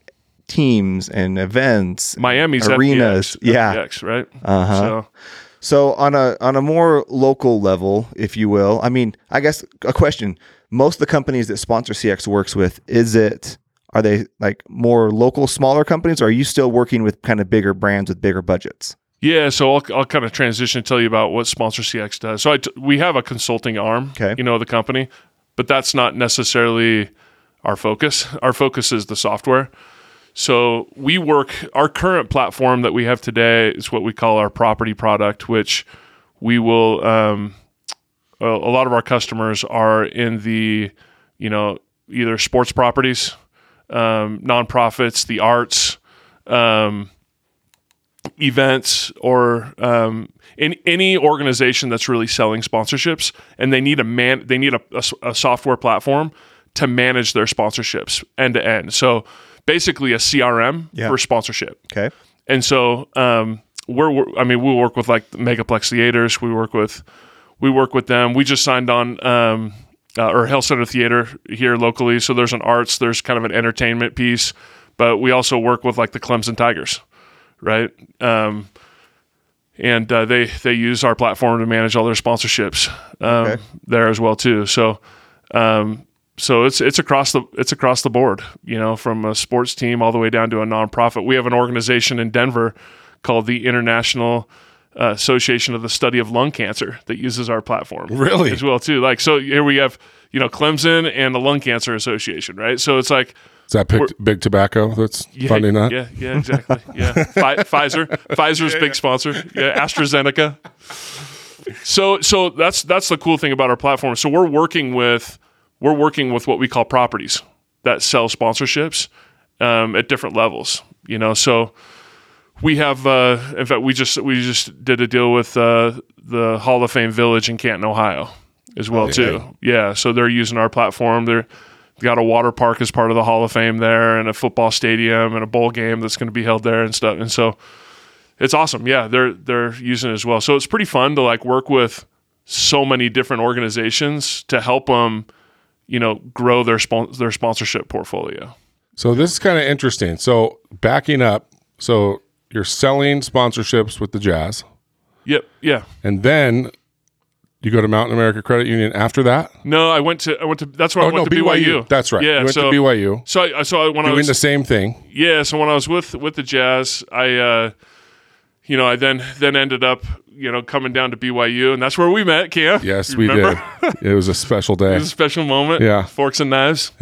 A: teams and events. Uh-huh.
C: Miami's
A: arenas,
C: FTX,
A: yeah.
C: FTX, right. Uh huh. So,
A: So on a on a more local level, if you will, I mean, I guess a question: most of the companies that sponsor CX works with, is it are they like more local, smaller companies? Or are you still working with kind of bigger brands with bigger budgets?
C: Yeah, so I'll, I'll kind of transition and tell you about what Sponsor CX does. So I t- we have a consulting arm,
A: Okay.
C: you know, of the company, but that's not necessarily our focus. Our focus is the software. So we work our current platform that we have today is what we call our property product, which we will. Um, a a lot of our customers are in the, you know, either sports properties, um, nonprofits, the arts. Um, events or um, in any organization that's really selling sponsorships, and they need a man, they need a, a s- a software platform to manage their sponsorships end to end. So basically, a CRM
A: Yeah.
C: for sponsorship.
A: Okay.
C: And so um, we're, we're- I mean, we work with like Megaplex Theaters. We work with, we work with them. We just signed on, um, uh, or Hill Center Theater here locally. So there's an arts, there's kind of an entertainment piece, but we also work with like the Clemson Tigers, right? Um, and uh, they they use our platform to manage all their sponsorships um,
A: Okay.
C: there as well too. So um, so it's it's across the it's across the board, you know, from a sports team all the way down to a nonprofit. We have an organization in Denver called the International uh, Association of the Study of Lung Cancer that uses our platform
B: Really?
C: as well too. Like so, here we have you know Clemson and the Lung Cancer Association, right? So it's like
B: Is that big, big tobacco that's funding that?
C: yeah, yeah, exactly. Yeah, Fi- Pfizer, Pfizer's big sponsor. Yeah, AstraZeneca. So, so that's that's the cool thing about our platform. So we're working with we're working with what we call properties that sell sponsorships um, at different levels. You know, so we have. Uh, in fact, we just we just did a deal with uh, the Hall of Fame Village in Canton, Ohio, as well too. Yeah, so they're using our platform. They're they got a water park as part of the Hall of Fame there, and a football stadium, and a bowl game that's going to be held there and stuff. And so it's awesome. Yeah, they're they're using it as well. So it's pretty fun to like work with so many different organizations to help them, you know, grow their spon- their sponsorship portfolio.
B: So this is kind of interesting. So backing up, so you're selling sponsorships with the Jazz,
C: Yep. Yeah.
B: and then you go to Mountain America Credit Union after that.
C: No, I went to I went to that's
B: Oh,
C: where I went to BYU.
B: That's right.
C: Yeah.
B: you went
C: so,
B: to BYU,
C: So I so I, when I
B: doing
C: was
B: the same thing.
C: yeah so when I was with with the Jazz, I uh, you know, I then then ended up, you know, coming down to BYU, and that's where we met, Cam.
B: Yes,
C: You
B: we
C: remember?
B: did. It was a special
C: It
B: day.
C: was a special moment.
B: Yeah.
C: forks and knives.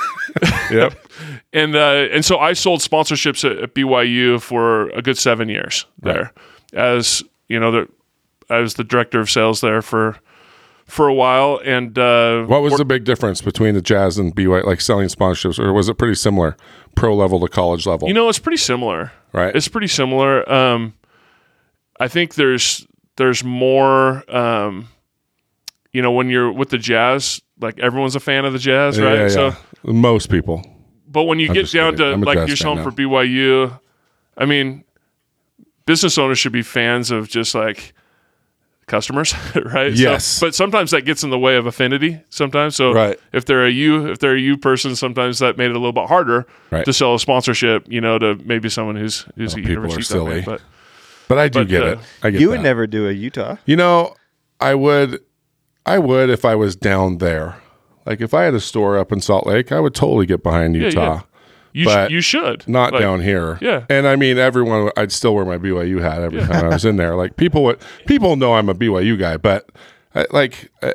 B: yep.
C: and uh, and so I sold sponsorships at, at BYU for a good seven years there, as you know, the, I was the director of sales there for for a while, and uh,
B: What was the big difference between the Jazz and BYU, like selling sponsorships, or was it pretty similar, pro level to college level?
C: you know, it's pretty similar.
B: right?
C: It's pretty similar. Um, I think there's there's more. Um, you know, when you're with the Jazz, like everyone's a fan of the Jazz, right?
B: Yeah,
C: So
B: yeah. most people.
C: But when you get
B: just
C: down
B: kidding.
C: to
B: I'm a
C: like
B: Jazz
C: you're
B: fan
C: selling
B: now.
C: for BYU, I mean, business owners should be fans of just like customers, right? So-
B: Yes.
C: but sometimes that gets in the way of affinity. Sometimes, so
B: Right.
C: if they're a you, if they're a you person, sometimes that made it a little bit harder
B: Right. Oh,
C: to sell a sponsorship. You know, to maybe someone who's who's a
B: people
C: University
B: are
C: Utah
B: silly.
C: fan, But
B: But I do
C: But,
B: get
C: uh,
B: it. I get
A: You would
B: that.
A: never do a Utah.
B: You know, I would, I would if I was down there. Like if I had a store up in Salt Lake, I would totally get behind
C: yeah.
B: Utah.
C: you
B: But
C: sh- you should
B: Not
C: Like,
B: down here.
C: yeah.
B: And I mean, everyone, I'd still wear my BYU hat every time I was in there. Like people would, people know I'm a BYU guy, but I, like, uh,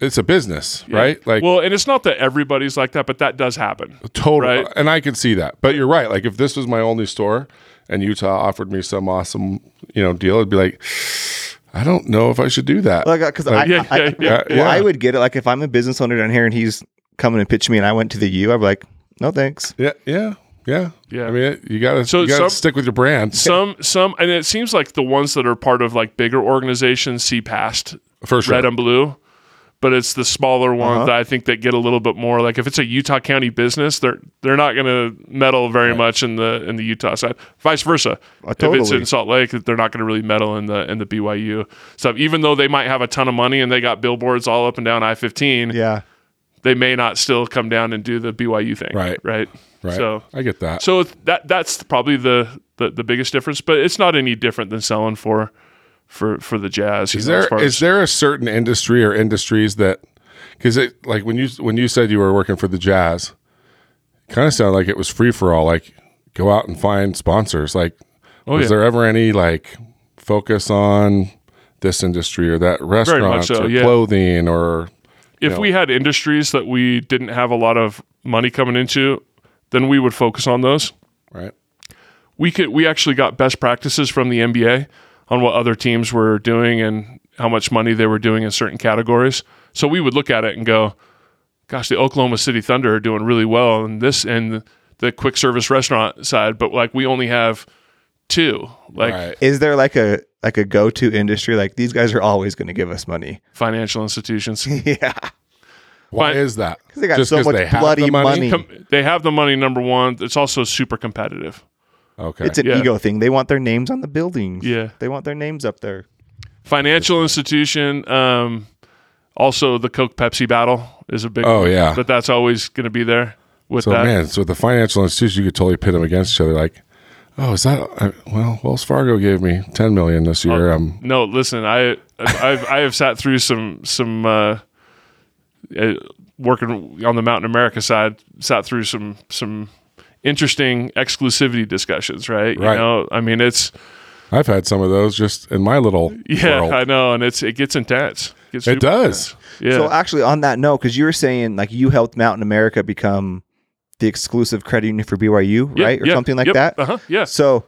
B: it's a business, right? Like
C: well, and it's not that everybody's like that, but that does happen.
B: total.
C: right.
B: And I could see that, but you're right. Like if this was my only store and Utah offered me some awesome, you know, deal, I'd be like, I don't know if I should do that.
A: Well, I got because I,
C: yeah,
A: I,
C: yeah, yeah.
B: Uh,
A: well, I would get it. Like if I'm a business owner down here and he's coming and pitch me, and I went to the U, I'd be like, no thanks.
B: Yeah, yeah, yeah,
C: Yeah.
B: I mean, it- you gotta,
C: So
B: you gotta
C: some-
B: stick with your brand
C: Some some, and it seems like the ones that are part of like bigger organizations see past
B: for sure. Uh-huh.
C: red and blue. But it's the smaller ones that I think that get a little bit more. Like if it's a Utah County business, they're they're not going to meddle very much in the in the Utah side. Vice
B: Uh,
C: versa, if it's
A: totally.
C: in Salt Lake, they're not going to really meddle in the in the BYU stuff. Even though they might have a ton of money and they got billboards all up and down I fifteen,
A: Yeah,
C: they may not still come down and do the BYU thing.
B: Right.
C: right,
B: right?
C: So
B: I get that.
C: so it's- that that's probably the, the the biggest difference. But it's not any different than selling for for for the Jazz. you
B: is
C: know, as
B: there
C: far
B: is
C: as-
B: there a certain industry or industries that because it like when you when you said you were working for the jazz, kind of sounded like it was free for all. Like go out and find sponsors. Like was
C: Oh, yeah.
B: there ever any like focus on this industry or that restaurant
C: so,
B: or
C: yeah.
B: clothing or
C: if we had industries that we didn't have a lot of money coming into, then we would focus on those.
B: right?
C: We could we actually got best practices from the NBA on what other teams were doing and how much money they were doing in certain categories. So we would look at it and go, gosh, the Oklahoma City Thunder are doing really well in this and the quick service restaurant side, but like we only have two. Like
B: right.
A: is there like a like a go to industry? Like these guys are always going to give us money.
C: financial institutions.
A: yeah,
B: Why
C: but-
B: is that?
A: 'Cause they got
B: Just
A: so
B: 'cause
A: much
B: they have
A: bloody
B: the
A: money.
C: Com- they have the money number one. It's also super competitive.
B: Okay.
A: It's an
C: Yeah.
A: ego thing. They want their names on the buildings.
C: Yeah.
A: they want their names up there.
C: financial institution. Um, also, the Coke Pepsi battle is a big.
B: Oh,
C: Oh
B: yeah.
C: but that's always going to be there with
B: So
C: that.
B: man, so the financial institutions you could totally pit them against each other. Like, oh, is that I, well? Wells Fargo gave me ten million this
C: Oh.
B: year. um,
C: No, listen, I I've, I have sat through some some uh, uh, working on the Mountain America side. Sat through some some interesting exclusivity discussions. Right, you
B: Right.
C: know, I mean, it's
B: I've had some of those just in my little
C: yeah,
B: world.
C: I know, and it's it gets intense. Gets
B: it
C: super
B: does.
C: intense. Yeah.
A: So uh, actually, on that note, because you were saying like you helped Mountain America become the exclusive credit union for BYU,
C: Yeah,
A: right, or
C: yeah,
A: something like
C: yep,
A: that.
C: Uh-huh, yeah.
A: So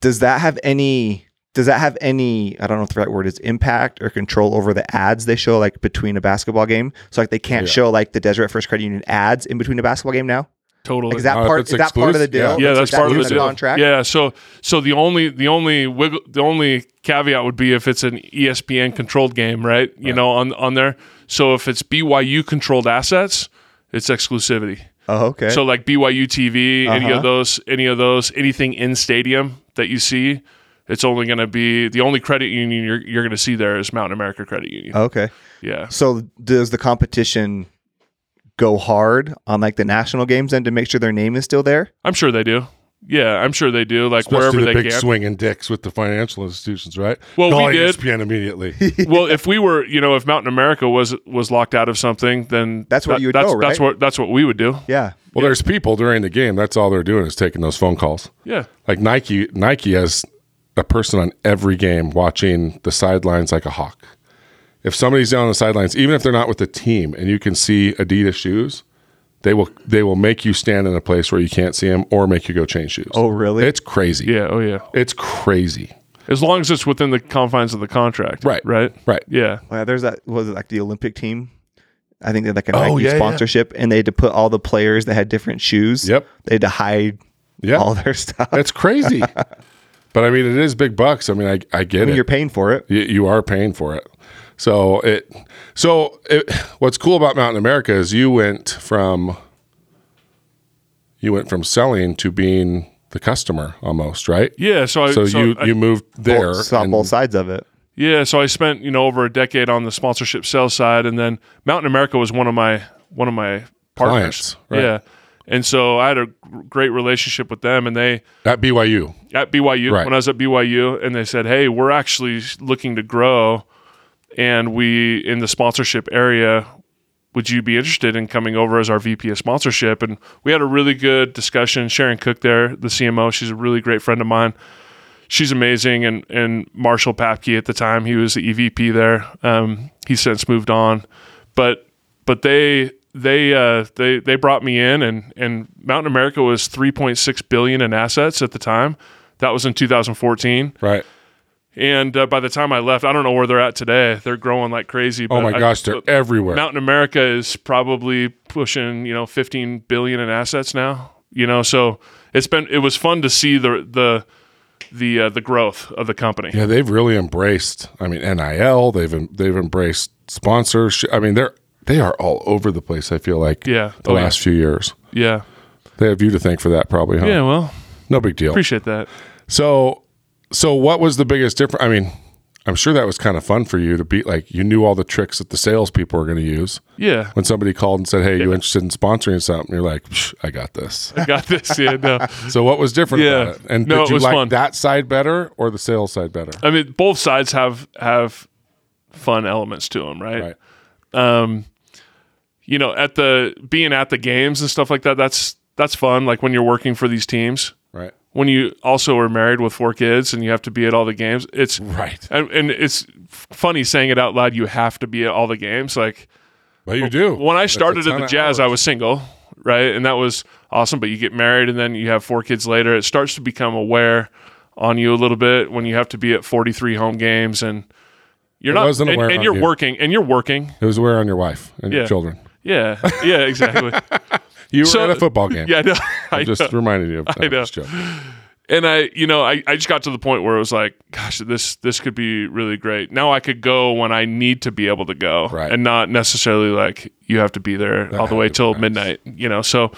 A: does that have any does that have any I don't know if the right word is impact or control over the ads they show like between a basketball game? So like they can't show like the Deseret First Credit Union ads in between a basketball game now?
C: Totally.
A: Like, is that
B: Oh,
A: part
B: that's
A: is that part of the
B: exclusive? Yeah.
A: deal?
C: yeah, that's
A: Is that
C: part of
A: in
C: the, deal.
A: contract.
C: Yeah, so so the only the only wiggle, the only caveat would be if it's an E ESPN controlled game, right? You know, on on there. So if it's BYU controlled assets, it's exclusivity.
A: Oh, okay.
C: So like BYU TV, any of
A: Uh-huh.
C: those, any of those, anything in stadium that you see, it's only going to be the only credit union you're you're going to see there is Mountain America Credit Union.
A: okay.
C: Yeah.
A: So does the competition go hard on like the national games then to make sure their name is still there?
C: I'm sure they do. Yeah, I'm sure they do. Like
B: Especially
C: wherever
B: the
C: they
B: big
C: can.
B: swinging dicks with the financial institutions, right?
C: Well, we
B: Call E
C: did.
B: ESPN immediately.
C: well, if we were, you know, if Mountain America was was locked out of something, then
A: That's where
C: that-
A: you would
C: that's,
A: go,
C: That's
A: right?
C: what that's what we would do.
A: Yeah.
B: well, there's people during the game. That's all they're doing is taking those phone calls.
C: Yeah,
B: Like Nike, Nike has a person on every game watching the sidelines like a hawk. If somebody's down on the sidelines, even if they're not with the team, and you can see Adidas shoes, they will they will make you stand in a place where you can't see them, or make you go change shoes.
A: Oh, really?
B: It's crazy.
C: Yeah. Oh, yeah.
B: It's crazy.
C: As long as it's within the confines of the contract.
B: Right.
C: Right.
B: Right.
C: Yeah.
A: Well, there's that was it like the Olympic team. I think they had like a
B: Oh,
A: Nike
B: yeah, yeah.
A: sponsorship, and they had to put all the players that had different shoes.
B: Yep.
A: they had to hide
B: Yeah.
A: all their stuff.
B: That's crazy. but I mean, it is big bucks. I mean, I, I get
A: I mean,
B: it.
A: you're paying for it.
B: you, you are paying for it. So it, so it, what's cool about Mountain America is you went from, you went from selling to being the customer almost, right?
C: Yeah. Uh, So I.
B: So, you
C: I-
B: you moved there.
A: Saw
B: and-
A: both sides of it.
C: Yeah, so I spent you know over a decade on the sponsorship sales side, and then Mountain America was one of my one of my
B: Clients,
C: partners.
B: right.
C: Yeah, and so I had a great relationship with them, and they
B: at BYU.
C: at BYU
B: Right.
C: when I was at BYU, and they said, "Hey, we're actually looking to grow, and we in the sponsorship area, would you be interested in coming over as our VP of sponsorship?" And we had a really good discussion. Sharon Cook, there, the CMO, she's a really great friend of mine. She's amazing, and and Marshall Papke at the time, he was the EVP there. Um, he's since moved on, but but they. They uh, they they brought me in and and Mountain America was 3.6 billion in assets at the time. That was in 2014.
B: Right.
C: And uh, by the time I left, I don't know where they're at today. They're growing like crazy.
B: Oh
C: but
B: my
C: I-
B: gosh, they're
C: but
B: everywhere.
C: Mountain America is probably pushing you know 15 billion in assets now. You know, so it's been it was fun to see the the the uh, the growth of the company.
B: yeah, they've really embraced. I mean, NIL. They've em- they've embraced sponsorship. I mean, they're they are all over the place. I feel like
C: Yeah.
B: the
C: Oh, yeah.
B: last few years.
C: Yeah.
B: They have you to thank for that, probably. Huh?
C: Yeah. Well,
B: No big deal.
C: appreciate that.
B: So, so what was the biggest difference? I mean, I'm sure that was kind of fun for you to be like you knew all the tricks that the salespeople were going to use.
C: Yeah.
B: When somebody called and said, "Hey, you interested in sponsoring something?" You're like, "Psh, "I got this."
C: I got this. Yeah. No.
B: So, what was different
C: Yeah.
B: about it? And
C: No,
B: did
C: it
B: you
C: was
B: like
C: fun.
B: that side better or the sales side better?
C: I mean, both sides have have fun elements to them,
B: Right.
C: you know, at the being at the games and stuff like that, that's that's fun. Like when you're working for these teams,
B: Right.
C: when you also are married with four kids and you have to be at all the games, it's
B: Right.
C: and, and it's f- funny saying it out loud. You have to be at all the games. Like
B: Well, you do.
C: when I
B: That's a
C: started at
B: ton
C: the
B: of
C: Jazz, I
B: hours.
C: was single, right, and that was awesome. But you get married and then you have four kids later. It starts to become aware on you a little bit when you have to be at 43 home games and you're not
B: wasn't
C: and-
B: aware
C: and,
B: on
C: you're
B: you.
C: working and you're working.
B: It was wear on your wife and your
C: Yeah.
B: children.
C: Yeah, yeah, exactly.
B: You were
C: So-
B: at a football game.
C: yeah, no, I
B: I'm just
C: know.
B: reminding you of that.
C: know. and I, you know, I, I just got to the point where it was like, gosh, this this could be really great. Now I could go when I need to be able to go,
B: Right.
C: and not necessarily like you have to be there all the way till midnight, you know. So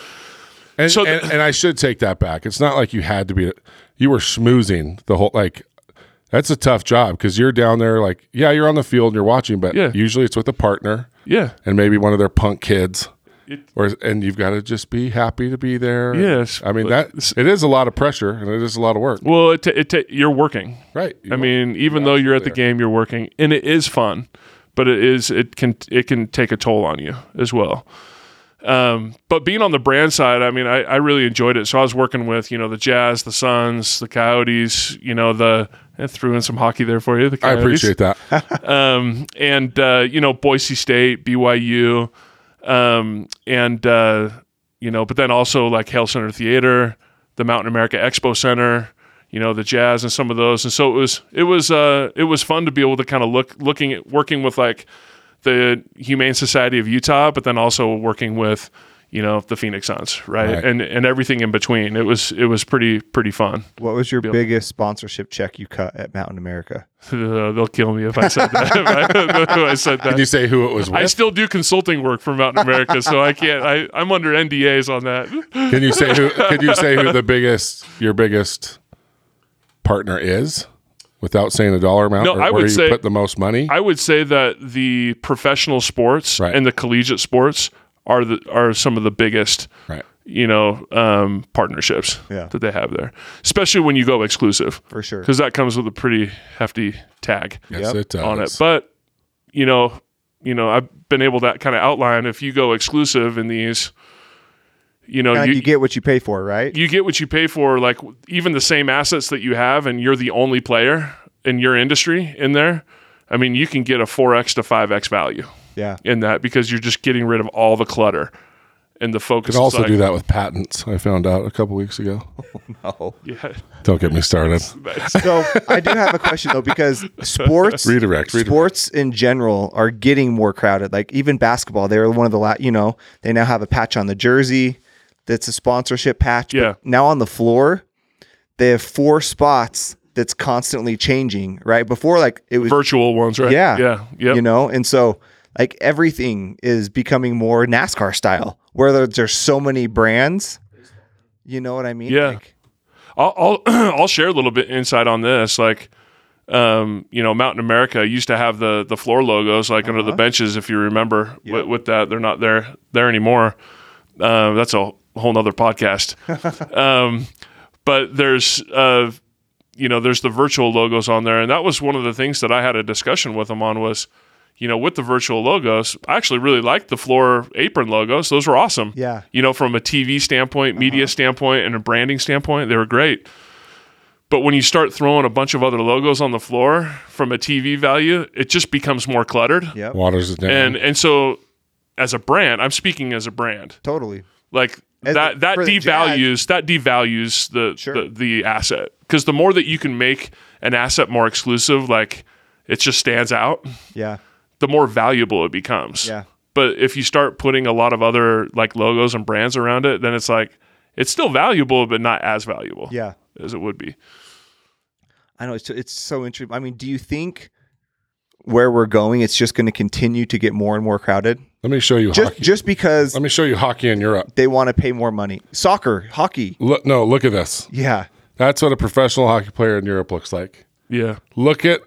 B: And,
C: So
B: and, and I should take that back. It's not like you had to be. You were schmoozing the whole like. That's a tough job because you're down there like yeah you're on the field and you're watching, but
C: Yeah.
B: usually it's with a partner
C: yeah,
B: and maybe one of their punk kids.
C: It-
B: or and you've got to just be happy to be there.
C: Yes,
B: I mean that
C: but-
B: it is a lot of pressure and it is a lot of work,
C: well, it ta it ta you're working.
B: right?
C: I mean, even though you're at the game, you're working, and it is fun, but it is it can it can take a toll on you as well. Um, but being on the brand side, I mean, I, I really enjoyed it. So I was working with you know the Jazz, the Suns, the Coyotes, you know the I threw in some hockey there for you. The
B: I
C: Coyotes.
B: appreciate that.
C: um, and uh, you know Boise State, BYU, um, and uh, you know, but then also like Hale Center Theater, the Mountain America Expo Center, you know, the Jazz and some of those. And so it was it was uh, it was fun to be able to kind of look looking at working with like the Humane Society of Utah, but then also working with you know the Phoenix Suns, right?
B: Right.
C: And and everything in between. It was it was pretty pretty fun.
A: What was your biggest sponsorship check you cut at Mountain America?
C: They'll kill me if I said that. if I, if I said that.
B: Can you say who it was
C: I
B: with?
C: still do consulting work for Mountain America, so I can't. I, I'm under NDAs on that.
B: Can you say who? Can you say who the biggest your biggest partner is without saying a dollar amount?
C: No,
B: or
C: I
B: where
C: would
B: you
C: say-
B: put the most money.
C: I would say that the professional sports
B: Right.
C: and the collegiate sports are the are some of the biggest,
B: right.
C: you know, um, partnerships
A: Yeah.
C: that they have there. Especially when you go exclusive,
A: For sure.
C: because that comes with a pretty hefty tag
B: Yes,
A: Yep.
B: it does.
C: on it. But you know, you know, I've been able to kind of outline if you go exclusive in these. you know,
A: Like,
C: you,
A: you get what you pay for, right?
C: you get what you pay for like even the same assets that you have and you're the only player in your industry in there i mean you can get a 4x to 5x value
A: yeah.
C: in that because you're just getting rid of all the clutter and the focus
B: Could also
C: is like,
B: do that with patents. I found out a couple weeks ago.
A: No.
C: yeah,
B: Don't get me started.
C: that's-
A: So I do have a question though, because sports
B: Redirect, redirect.
A: sports in general are getting more crowded. Like even basketball, they were one of the last. You know, they now have a patch on the jersey that's a sponsorship patch. but
C: Yeah.
A: now on the floor, they have four spots that's constantly changing. Right before, like it was
C: virtual ones right
A: yeah.
C: yeah yeah
A: You know, and so like everything is becoming more NASCAR style, where there- there's so many brands. You know what I mean?
C: Yeah.
A: Like,
C: I'll I'll, I'll share a little bit insight on this. Like, um, you know, Mountain America used to have the the floor logos like under the benches. If you remember, with, with that, they're not there there anymore. Uh, that's a whole nother podcast. um, but there's uh, you know, there's the virtual logos on there, and that was one of the things that I had a discussion with them on was. You know, with the virtual logos, I actually really liked the floor apron logos. Those were awesome
A: yeah.
C: you know, from a TV standpoint, media standpoint, and a branding standpoint, they were great. But when you start throwing a bunch of other logos on the floor from a TV value, it just becomes more cluttered.
A: Yep.
B: Waters it down.
C: And and so as a brand, I'm speaking as a brand.
A: Totally.
C: Like
A: As
C: that
A: the-
C: that
A: for the
C: devalues that devalues the
A: Sure.
C: the, the asset because the more that you can make an asset more exclusive, like it just stands out,
A: Yeah.
C: the more valuable it becomes.
A: Yeah.
C: But if you start putting a lot of other like logos and brands around it, then it's like it's still valuable, but not as valuable
A: Yeah.
C: as it would be.
A: I know it's it's so interesting. I mean, do you think where we're going, it's just going to continue to get more and more crowded?
B: Let me show you
A: Just
B: hockey.
A: just because
B: Let me show you hockey in Europe.
A: they want to pay more money. Soccer, hockey,
B: Look, no, look at this.
A: yeah,
B: That's what a professional hockey player in Europe looks like.
C: Yeah.
B: Look at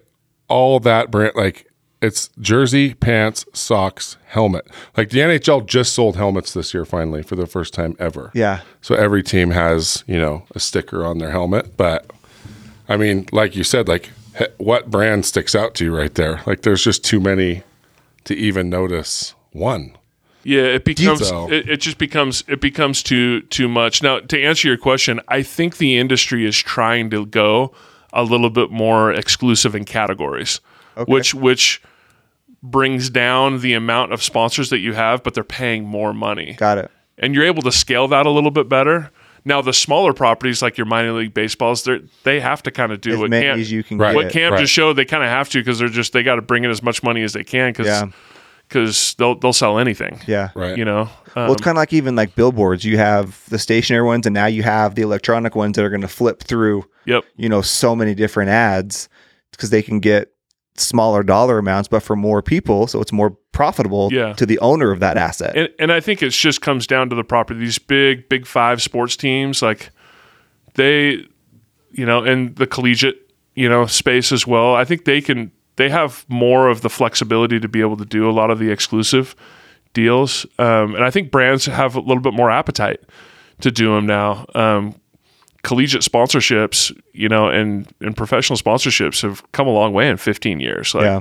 B: all that brand. Like it's jersey, pants, socks, helmet. Like the NHL just sold helmets this year, finally for the first time ever.
A: yeah,
B: So every team has, you know, a sticker on their helmet. But I mean, like you said, like h- what brand sticks out to you right there? Like there's just too many to even notice one.
C: Yeah, it becomes
B: Detail.
C: it, it just becomes it becomes too too much. Now, to answer your question, I think the industry is trying to go a little bit more exclusive in categories, which which brings down the amount of sponsors that you have, but they're paying more money.
A: got it.
C: and you're able to scale that a little bit better. Now the smaller properties like your minor league baseballs, they they have to kind of do
A: As
C: what
A: many
C: Cam,
A: as you can
B: Right.
C: what
A: get.
C: Cam
B: Right.
C: just showed. They kind of have to because they're just they got to bring in as much money as they can because
A: Yeah.
C: they'll they'll sell anything.
A: Yeah.
B: Right.
C: you know. Um,
A: Uh, Well, it's kind of like even like billboards. You have the stationary ones, and now you have the electronic ones that are going to flip through,
C: yep.
A: you know, so many different ads because they can get smaller dollar amounts, but for more people, so it's more profitable
C: Yeah.
A: to the owner of that asset.
C: And and I think it just comes down to the property. These big big five sports teams, like they, you know, and the collegiate, you know, space as well. I think they can they have more of the flexibility to be able to do a lot of the exclusive deals, um, and I think brands have a little bit more appetite to do them now. Um, collegiate sponsorships, you know, and and professional sponsorships have come a long way in 15 years. Like,
A: Yeah.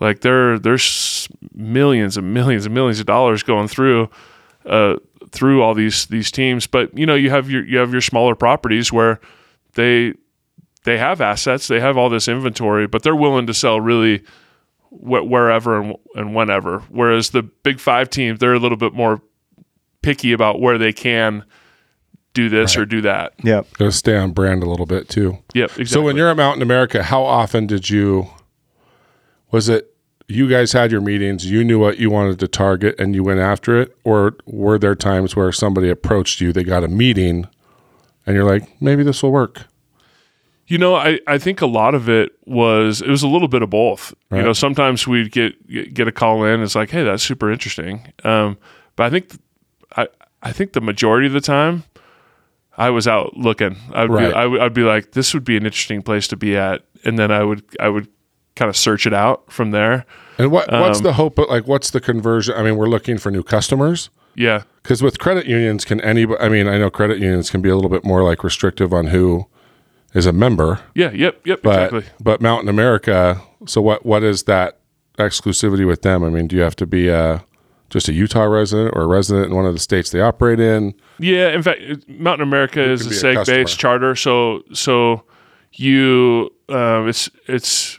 C: like there there's millions and millions and millions of dollars going through uh through all these these teams but you know you have your you have your smaller properties where they they have assets they have all this inventory but they're willing to sell really wh- wherever and, and whenever whereas the big 5 teams they're a little bit more picky about where they can do this or do that
A: Yep.
B: Gotta stay on brand a little bit too.
C: yep exactly
B: So when you're out in America, how often did you? Was it you guys had your meetings? You knew what you wanted to target, and you went after it, or were there times where somebody approached you? They got a meeting, and you're like, maybe this will work.
C: You know, I, I think a lot of it was it was a little bit of both. You know, sometimes we'd get get a call in. It's like, hey, that's super interesting. Um, but I think th- I I think the majority of the time, I was out looking. I'd
B: Right.
C: be, I would, I'd be like, this would be an interesting place to be at, and then I would I would kind of search it out from there.
B: And what
C: Um,
B: what's the hope? Like, what's the conversion? I mean, we're looking for new customers
C: Yeah,
B: because with credit unions, can anybody? I mean, I know credit unions can be a little bit more like restrictive on who is a member,
C: yeah, yep, yep,
B: but
C: exactly.
B: but Mountain America. So what what is that exclusivity with them? I mean, do you have to be a just a Utah resident or a resident in one of the states they operate in.
C: Yeah, in fact, it- Mountain America is a
B: could be a
C: seg
B: customer.
C: based charter, so so you um, it's it's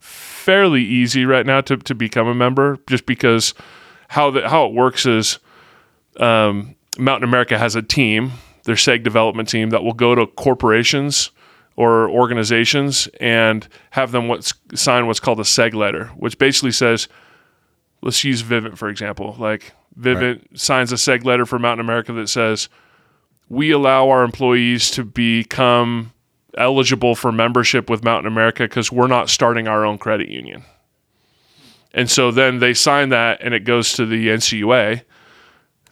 C: fairly easy right now to, to become a member, just because how the how it works is um, Mountain America has a team, their seg development team that will go to corporations or organizations and have them what's sign what's called a seg letter, which basically says let's use Vivint for example. Like Vivint signs a seg letter for Mountain America that says we allow our employees to become eligible for membership with Mountain America because we're not starting our own credit union. And so then they sign that and it goes to the NCUA,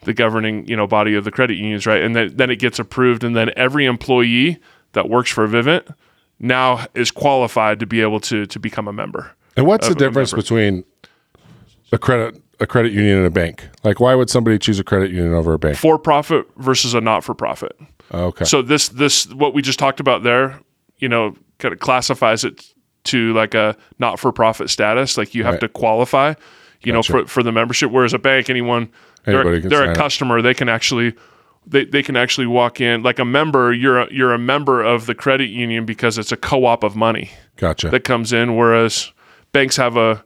C: the governing, you know, body of the credit unions, right? And then, then it gets approved and then every employee that works for Vivint now is qualified to be able to to become a member.
B: And what's the difference between a credit a credit union and a bank? Like, why would somebody choose a credit union over a bank?
C: For profit versus a not for profit.
B: Okay,
C: So this this what we just talked about there, you know, kind of classifies it to like a not for profit status. Like you have
B: Right.
C: to qualify, you know, for for the membership. Whereas a bank, anyone
B: Anybody
C: they're,
B: can
C: they're
B: sign
C: a
B: up.
C: customer, they can actually they, they can actually walk in like a member. You're a, you're a member of the credit union because it's a co-op of money
B: gotcha.
C: that comes in. Whereas banks have a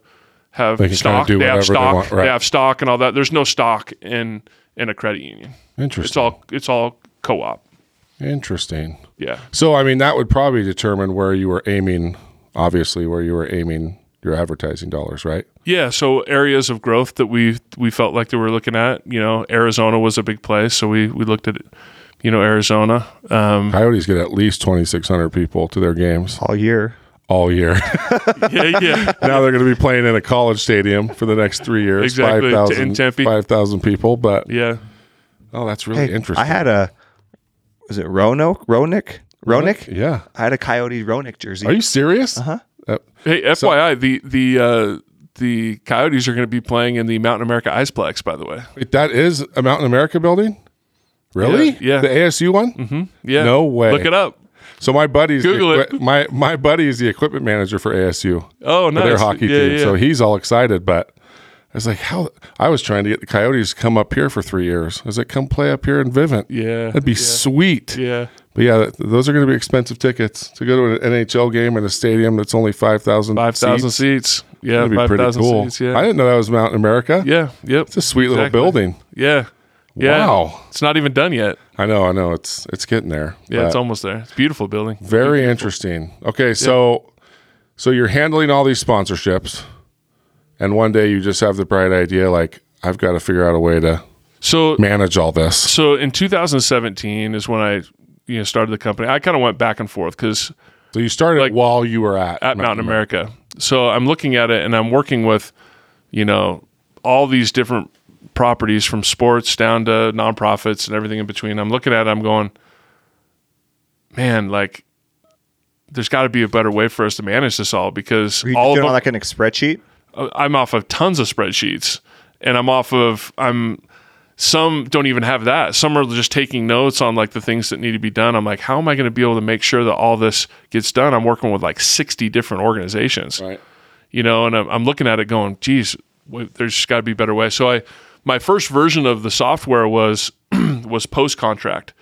C: have
B: can
C: stock.
B: kinda do
C: They have
B: whatever they
C: stock.
B: want,
C: They,
B: right.
C: have stock and all that. There's no stock in in a credit union. It's
B: Interesting.
C: all it's all co-op.
B: Interesting.
C: Yeah.
B: So, I mean, that would probably determine where you were aiming. Obviously, where you were aiming your advertising dollars, right?
C: Yeah, so areas of growth that we we felt like that we were looking at, you know, Arizona was a big place, so we we looked at, you know, Arizona. Um,
B: Coyotes get at least twenty six hundred people to their games
A: all year.
B: all year.
C: yeah, yeah,
B: now they're going to be playing in a college stadium for the next three years.
C: Exactly, to-
B: 5,000
C: in Tempe.
B: 5,000 people, but
C: yeah.
B: oh, that's really
A: Hey,
B: interesting.
A: I had a was it Roanoke? Ronick? Ronick?
B: yeah.
A: I had a Coyote Ronick jersey.
B: Are you serious? Uh-huh.
C: Hey, FYI, the the uh, the Coyotes are going to be playing in the Mountain America Iceplex, by the way.
B: Wait, that is a Mountain America building? Really?
C: Yeah, yeah.
B: The ASU one?
C: Yeah,
B: No way.
C: Look it up.
B: So my buddy's the
C: Google it.
B: equi- my my buddy is the equipment manager for ASU.
C: Oh, nice.
B: for their hockey
C: yeah,
B: team.
C: Yeah.
B: So he's all excited, but I was like, how I was trying to get the Coyotes to come up here for 3 years. I was like, come play up here in Vivint.
C: yeah,
B: That'd be sweet.
C: yeah.
B: But yeah, th- those are going to be expensive tickets to go to an NHL game in a stadium that's only 5,000
C: Five thousand
B: seats.
C: seats. Yeah,
B: That'd be
C: five
B: pretty
C: thousand
B: cool.
C: seats. Yeah,
B: I didn't know that was Mountain America.
C: yeah, yep.
B: It's a sweet little
C: Exactly.
B: building.
C: yeah, yeah.
B: Wow.
C: it's not even done yet.
B: I know, I know. It's it's getting there.
C: Yeah,
B: but
C: it's almost there. It's a beautiful building.
B: very interesting. Okay, so so you're handling all these sponsorships and one day you just have the bright idea like I've got to figure out a way to
C: So
B: manage all this.
C: So in 2017 is when I you know started the company. I kind of went back and forth because
B: So you started while you were at,
C: at Mountain America. So I'm looking at it and I'm working with you know all these different properties from sports down to nonprofits and everything in between. I'm looking at it. I'm going, man, like there's got to be a better way for us to manage this all because
A: Were you
C: all of
A: doing
C: them,
A: like in a spreadsheet?
C: I'm off of tons of spreadsheets, and I'm off of I'm some don't even have that. Some are just taking notes on like the things that need to be done. I'm like, how am I going to be able to make sure that all this gets done? I'm working with like 60 different organizations,
B: Right.
C: you know, and I'm, I'm looking at it going, geez, w- there's got to be a better way. So I my first version of the software was was post contract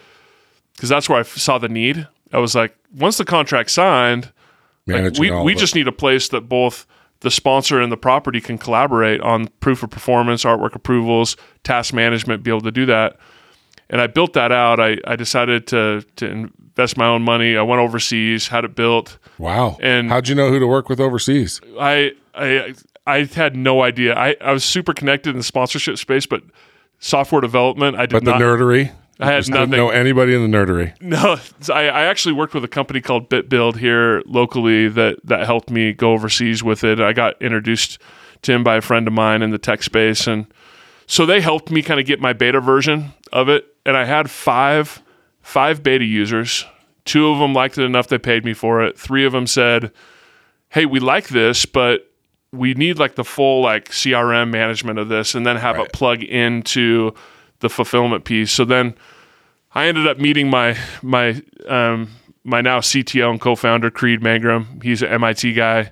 C: because that's where I f- saw the need. I was like, once the contract's signed, like,
B: Managing
C: we
B: all
C: we
B: of it.
C: just need a place that both the sponsor and the property can collaborate on proof of performance, artwork approvals, task management, be able to do that. And I built that out. I, I decided to to invest my own money. I went overseas, had it built.
B: Wow.
C: And-
B: how'd you know who to work with overseas?
C: I I I had no idea. I, I was super connected in the sponsorship space, but software development I did
B: But the
C: not
B: nerdery.
C: I had
B: Just didn't
C: nothing.
B: know anybody in the nerdery.
C: No, so I, I actually worked with a company called BitBuild here locally that that helped me go overseas with it. I got introduced to him by a friend of mine in the tech space, and so they helped me kind of get my beta version of it. And I had five five beta users. Two of them liked it enough they paid me for it. Three of them said, "Hey, we like this, but we need like the full like CRM management of this, and then have it plug into the fulfillment piece." So then. I ended up meeting my my um, my now CTO and co-founder Creed Mangrum. He's an MIT guy.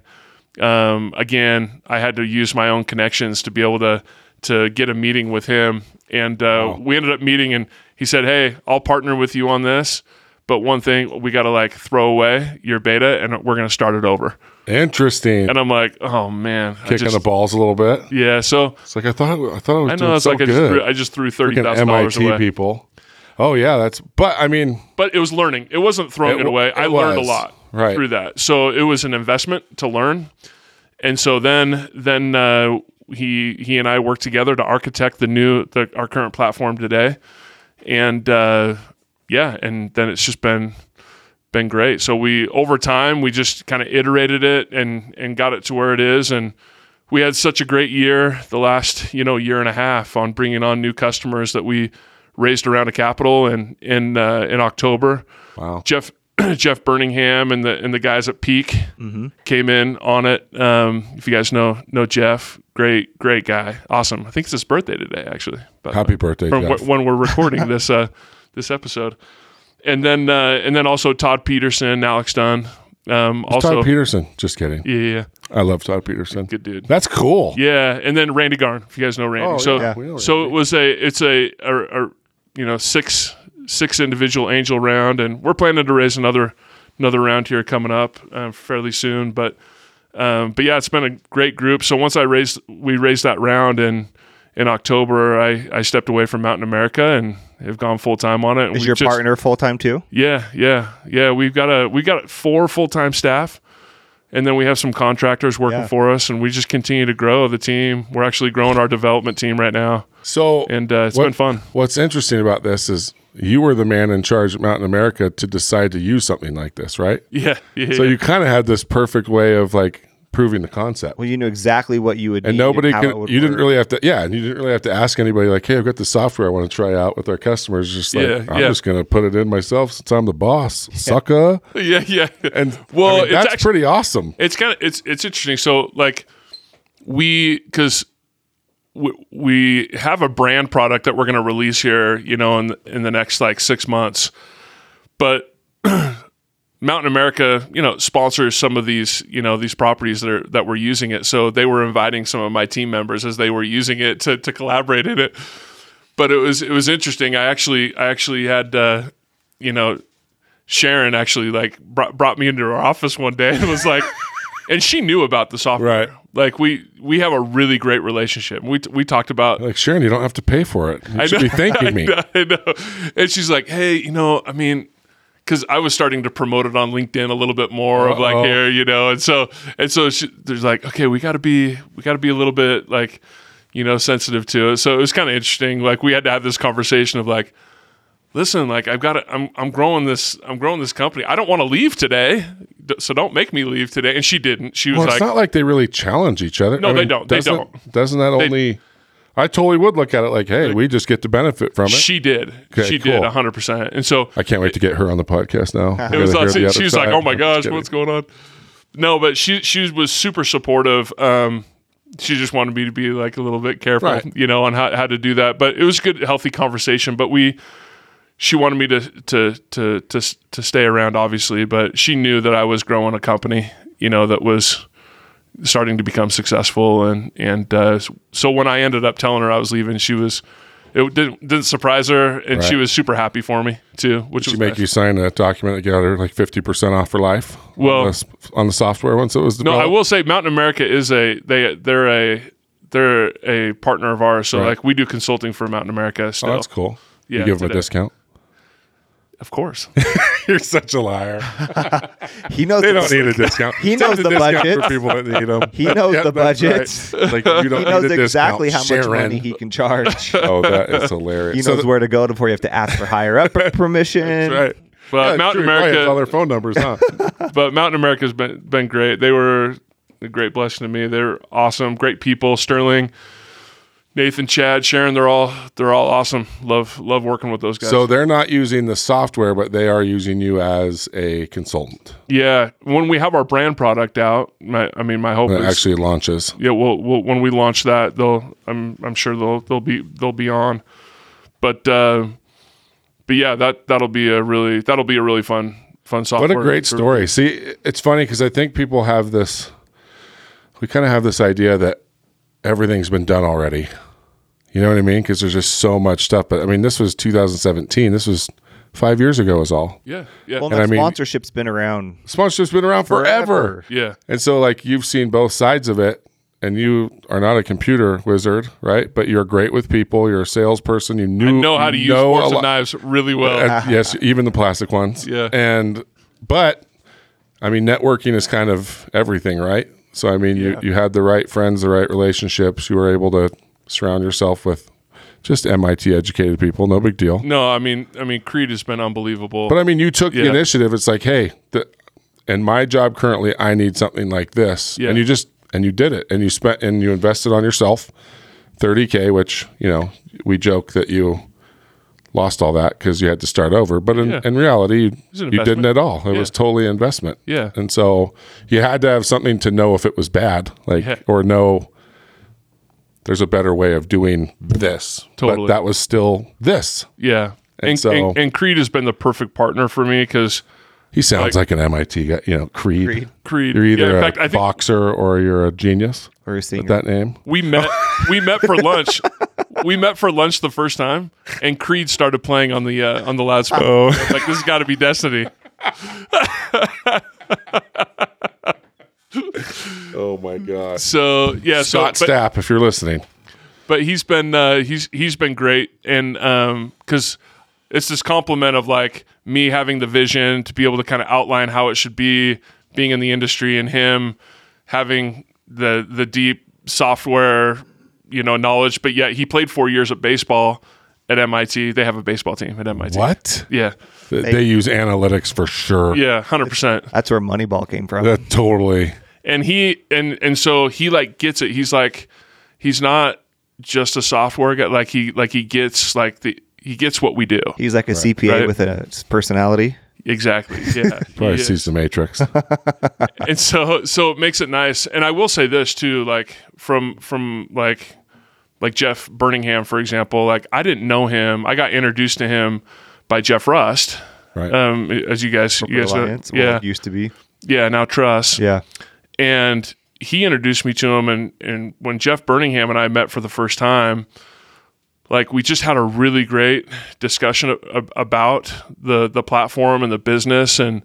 C: Um, again, I had to use my own connections to be able to to get a meeting with him. And uh, we ended up meeting, and he said, "Hey, I'll partner with you on this, but one thing we got to like throw away your beta, and we're gonna start it over."
B: Interesting.
C: And I'm like, "Oh man, I
B: Kicking
C: just-
B: the balls a little bit.
C: yeah." So
B: It's like I thought. I thought I was
C: I know
B: doing
C: it's
B: so
C: like I just,
B: good.
C: threw, I just threw thirty
B: Freaking
C: thousand dollars
B: MIT
C: away,
B: people. Oh yeah, that's. But I mean,
C: but it was learning. It wasn't throwing
B: It
C: it,
B: wa-
C: away. I
B: it
C: learned a
B: was.
C: lot
B: Right.
C: through that. So it was an investment to learn, and so then then uh, he he and I worked together to architect the new the, our current platform today, and uh, yeah, and then it's just been been great. So we over time we just kind of iterated it and and got it to where it is and we had such a great year the last you know year and a half on bringing on new customers that we raised around a capital and in uh, in October.
B: Wow.
C: Jeff Jeff Birmingham and the and the guys at Peak
B: Mm-hmm.
C: came in on it. Um, if you guys know know Jeff, great great guy, awesome. I think it's his birthday today actually. by the way
B: happy birthday,
C: from
B: Jeff.
C: wh- when we're recording this uh, this episode. And then uh, and then also Todd Peterson, Alex Dunn. Um, also,
B: Todd Peterson. Just kidding.
C: yeah, yeah, yeah.
B: I love Todd Peterson.
C: good dude.
B: That's cool.
C: Yeah, and then Randy Garn. If you guys know Randy,
B: Oh,
C: so
B: yeah. We know
C: so it was a it's a, a, a you know six six individual angel round, and we're planning to raise another another round here coming up um, fairly soon. But um, but yeah, it's been a great group. So once I raised we raised that round in in October, I I stepped away from Mountain America and have gone full time on it. And
A: Is
C: we've
A: your
C: just-
A: partner full time too?
C: yeah, yeah, yeah. We've got a we got four full time staff, and then we have some contractors working
A: Yeah.
C: for us, and we just continue to grow the team. We're actually growing our development team right now,
B: So
C: and uh, it's
B: What-
C: been fun.
B: What's interesting about this is you were the man in charge at Mountain America to decide to use something like this, right?
C: Yeah, yeah.
B: So you kind of had this perfect way of like proving the concept.
A: Well, you knew exactly what you would
B: And
A: need
B: nobody
A: how
B: could,
A: it would
B: you didn't
A: work.
B: really have to, yeah, and you didn't really have to ask anybody, like, hey, I've got the software I want to try out with our customers. Just like,
C: Yeah,
B: I'm
C: yeah.
B: just going to put it in myself since I'm the boss, sucker.
C: yeah, yeah.
B: And
C: Well,
B: well,
C: it's
B: that's
C: actu-
B: pretty awesome.
C: it's kind of it's it's interesting. So like we because we, we have a brand product that we're going to release here, you know, in in the next like six months, but. Mountain America, you know, sponsors some of these, you know, these properties that are that were using it. So they were inviting some of my team members as they were using it to to collaborate in it. But it was it was interesting. I actually I actually had uh, you know Sharon actually like brought, brought me into her office one day and was like, and she knew about the software.
B: Right.
C: Like we we have a really great relationship. We we talked about
B: Like, Sharon, you don't have to pay for it. You should be thanking me.
C: I know. And she's like, hey, you know, I mean, because I was starting to promote it on LinkedIn a little bit more of like
B: Uh-oh.
C: here, you know, and so and so she, there's like, okay, we got to be, we got to be a little bit like, you know, sensitive to it. So it was kind of interesting. Like we had to have this conversation of like, listen, like I've got to, I'm, I'm growing this, I'm growing this company. I don't want to leave today, d- so don't make me leave today. And she didn't. She was
B: Well,
C: like,
B: it's not like they really challenge each other.
C: No, they don't. They
B: doesn't-
C: don't.
B: Doesn't that only? I totally would look at it like, hey, we just get to benefit from it.
C: she did,
B: Okay,
C: she
B: cool.
C: did 100. percent And so
B: I can't wait to get her on the podcast now.
C: It was like she was like, "Oh my gosh, what's going on?" No, but she she was super supportive. Um, she just wanted me to be like a little bit careful,
B: Right.
C: you know, on how, how to do that. But it was a good, healthy conversation. But we, she wanted me to to to to s- to stay around, obviously. But she knew that I was growing a company, you know, that was starting to become successful, and and uh, so when I ended up telling her I was leaving, she was. It didn't didn't surprise her, and she
B: Right.
C: was super happy for me too, which
B: She
C: was
B: make
C: nice.
B: you sign a document that got her like fifty percent off for life.
C: Well-
B: on the, s- on the software once it was
C: No,
B: developed.
C: I will say Mountain America is a they they're a they're a partner of ours. So like we do consulting for Mountain America still.
B: Oh, that's cool. you
C: Yeah,
B: give them a
C: today.
B: discount.
C: Of course.
B: You're such a liar.
A: He knows
B: They
A: the-
B: don't need a discount.
A: He
B: That's
A: knows
B: a
A: the
B: discount
A: budgets.
B: for people that need them.
A: He knows the
B: that's right.
A: budgets.
B: Like you don't
A: he knows
B: need a
A: exactly how
B: discount.
A: much
B: Sharon.
A: money he can charge.
B: Oh, that is hilarious.
A: He
B: So
A: knows
B: th-
A: where to go before you have to ask for higher up permission.
B: Right.
C: But
B: Yeah,
C: Mountain
B: true. Right,
C: America-
B: it's all their phone numbers, huh?
C: but Mountain America's been been great. They were a great blessing to me. They're awesome, great people. Sterling, Nathan, Chad, Sharon, they're all they're all awesome. Love love working with those guys.
B: so they're not using the software, but they are using you as a consultant
C: yeah, when we have our brand product out, my, I mean my hope
B: that
C: is
B: actually launches.
C: yeah, we'll, we'll when we launch that, they'll I'm I'm sure they'll they'll be they'll be on, but uh, but yeah, that that'll be a really that'll be a really fun fun software.
B: What a great
C: group.
B: story. See, it's funny because I think people have this, we kind of have this idea that everything's been done already. You know what I mean? Because there's just so much stuff. But I mean, this was 2017. This was five years ago. Is all
C: Yeah. Yeah.
A: Well,
B: And
A: no,
B: I mean-
A: sponsorship's been around.
B: sponsorship's been around forever.
A: Forever.
C: yeah.
B: And so, like, you've seen both sides of it, and you are not a computer wizard, right? But you're great with people. You're a salesperson. You knew
C: Know how to
B: you
C: use
B: know
C: forks
B: a
C: and
B: lot-
C: knives really well.
B: Uh, yes, even the plastic ones.
C: Yeah.
B: And but I mean, networking is kind of everything, right? So I mean, you you had the right friends, the right relationships. You were able to surround yourself with just MIT educated people. No big deal.
C: No, I mean, I mean, Creed has been unbelievable.
B: But I mean, you took the
C: Yeah.
B: initiative. It's like, hey, the, in my job currently, I need something like this,
C: Yeah.
B: and you just and you did it, and you spent and you invested on yourself, thirty k, which you know we joke that you lost all that because you had to start over, but in,
C: Yeah.
B: in reality, you,
C: an
B: you didn't
C: investment.
B: at all. It was totally investment.
C: Yeah.
B: and so you had to have something to know if it was bad, like
C: Yeah.
B: or know. There's a better way of doing this.
C: Totally.
B: But that was still this.
C: yeah. And,
B: And
C: and,
B: so-
C: and, Creed has been the perfect partner for me because
B: He sounds like, an MIT guy, you know, Creed.
A: Creed.
C: Creed.
B: You're either
C: yeah,
B: a
C: in fact, I think
B: boxer or you're a genius.
A: Or a singer.
B: That name.
C: we met. we met for lunch. We met for lunch the first time, and Creed started playing on the uh, on the loudspeaker. Oh. Like this has got to be destiny.
B: Oh my God.
C: So yeah,
B: Scott
C: so, but-
B: Stapp, if you're listening.
C: but he's been uh, he's he's been great, and because it's this compliment of like me having the vision to be able to kind of outline how it should be, being in the industry, and him having the the deep software you know knowledge. But yet he played four years at baseball at MIT. They have a baseball team at MIT.
B: What?
C: Yeah,
B: They, they use analytics for sure.
C: yeah, hundred percent.
A: That's where Moneyball came from.
B: That totally.
C: and he and and so he like gets it he's like he's not just a software guy like he like he gets like the he gets what we do
A: He's like a CPA
C: Right.
A: with a personality.
C: exactly yeah He
B: Probably
C: is.
B: sees the Matrix.
C: and so so it makes it nice and i will say this too like from from like like jeff birmingham for example like i didn't know him i got introduced to him by jeff rust
B: Right.
C: um as you guys you guys know-
A: Alliance, well,
C: yeah
A: it used to be.
C: yeah now trust
A: Yeah.
C: and he introduced me to him and and when Jeff Birmingham and I met for the first time like we just had a really great discussion a- a- about the the platform and the business and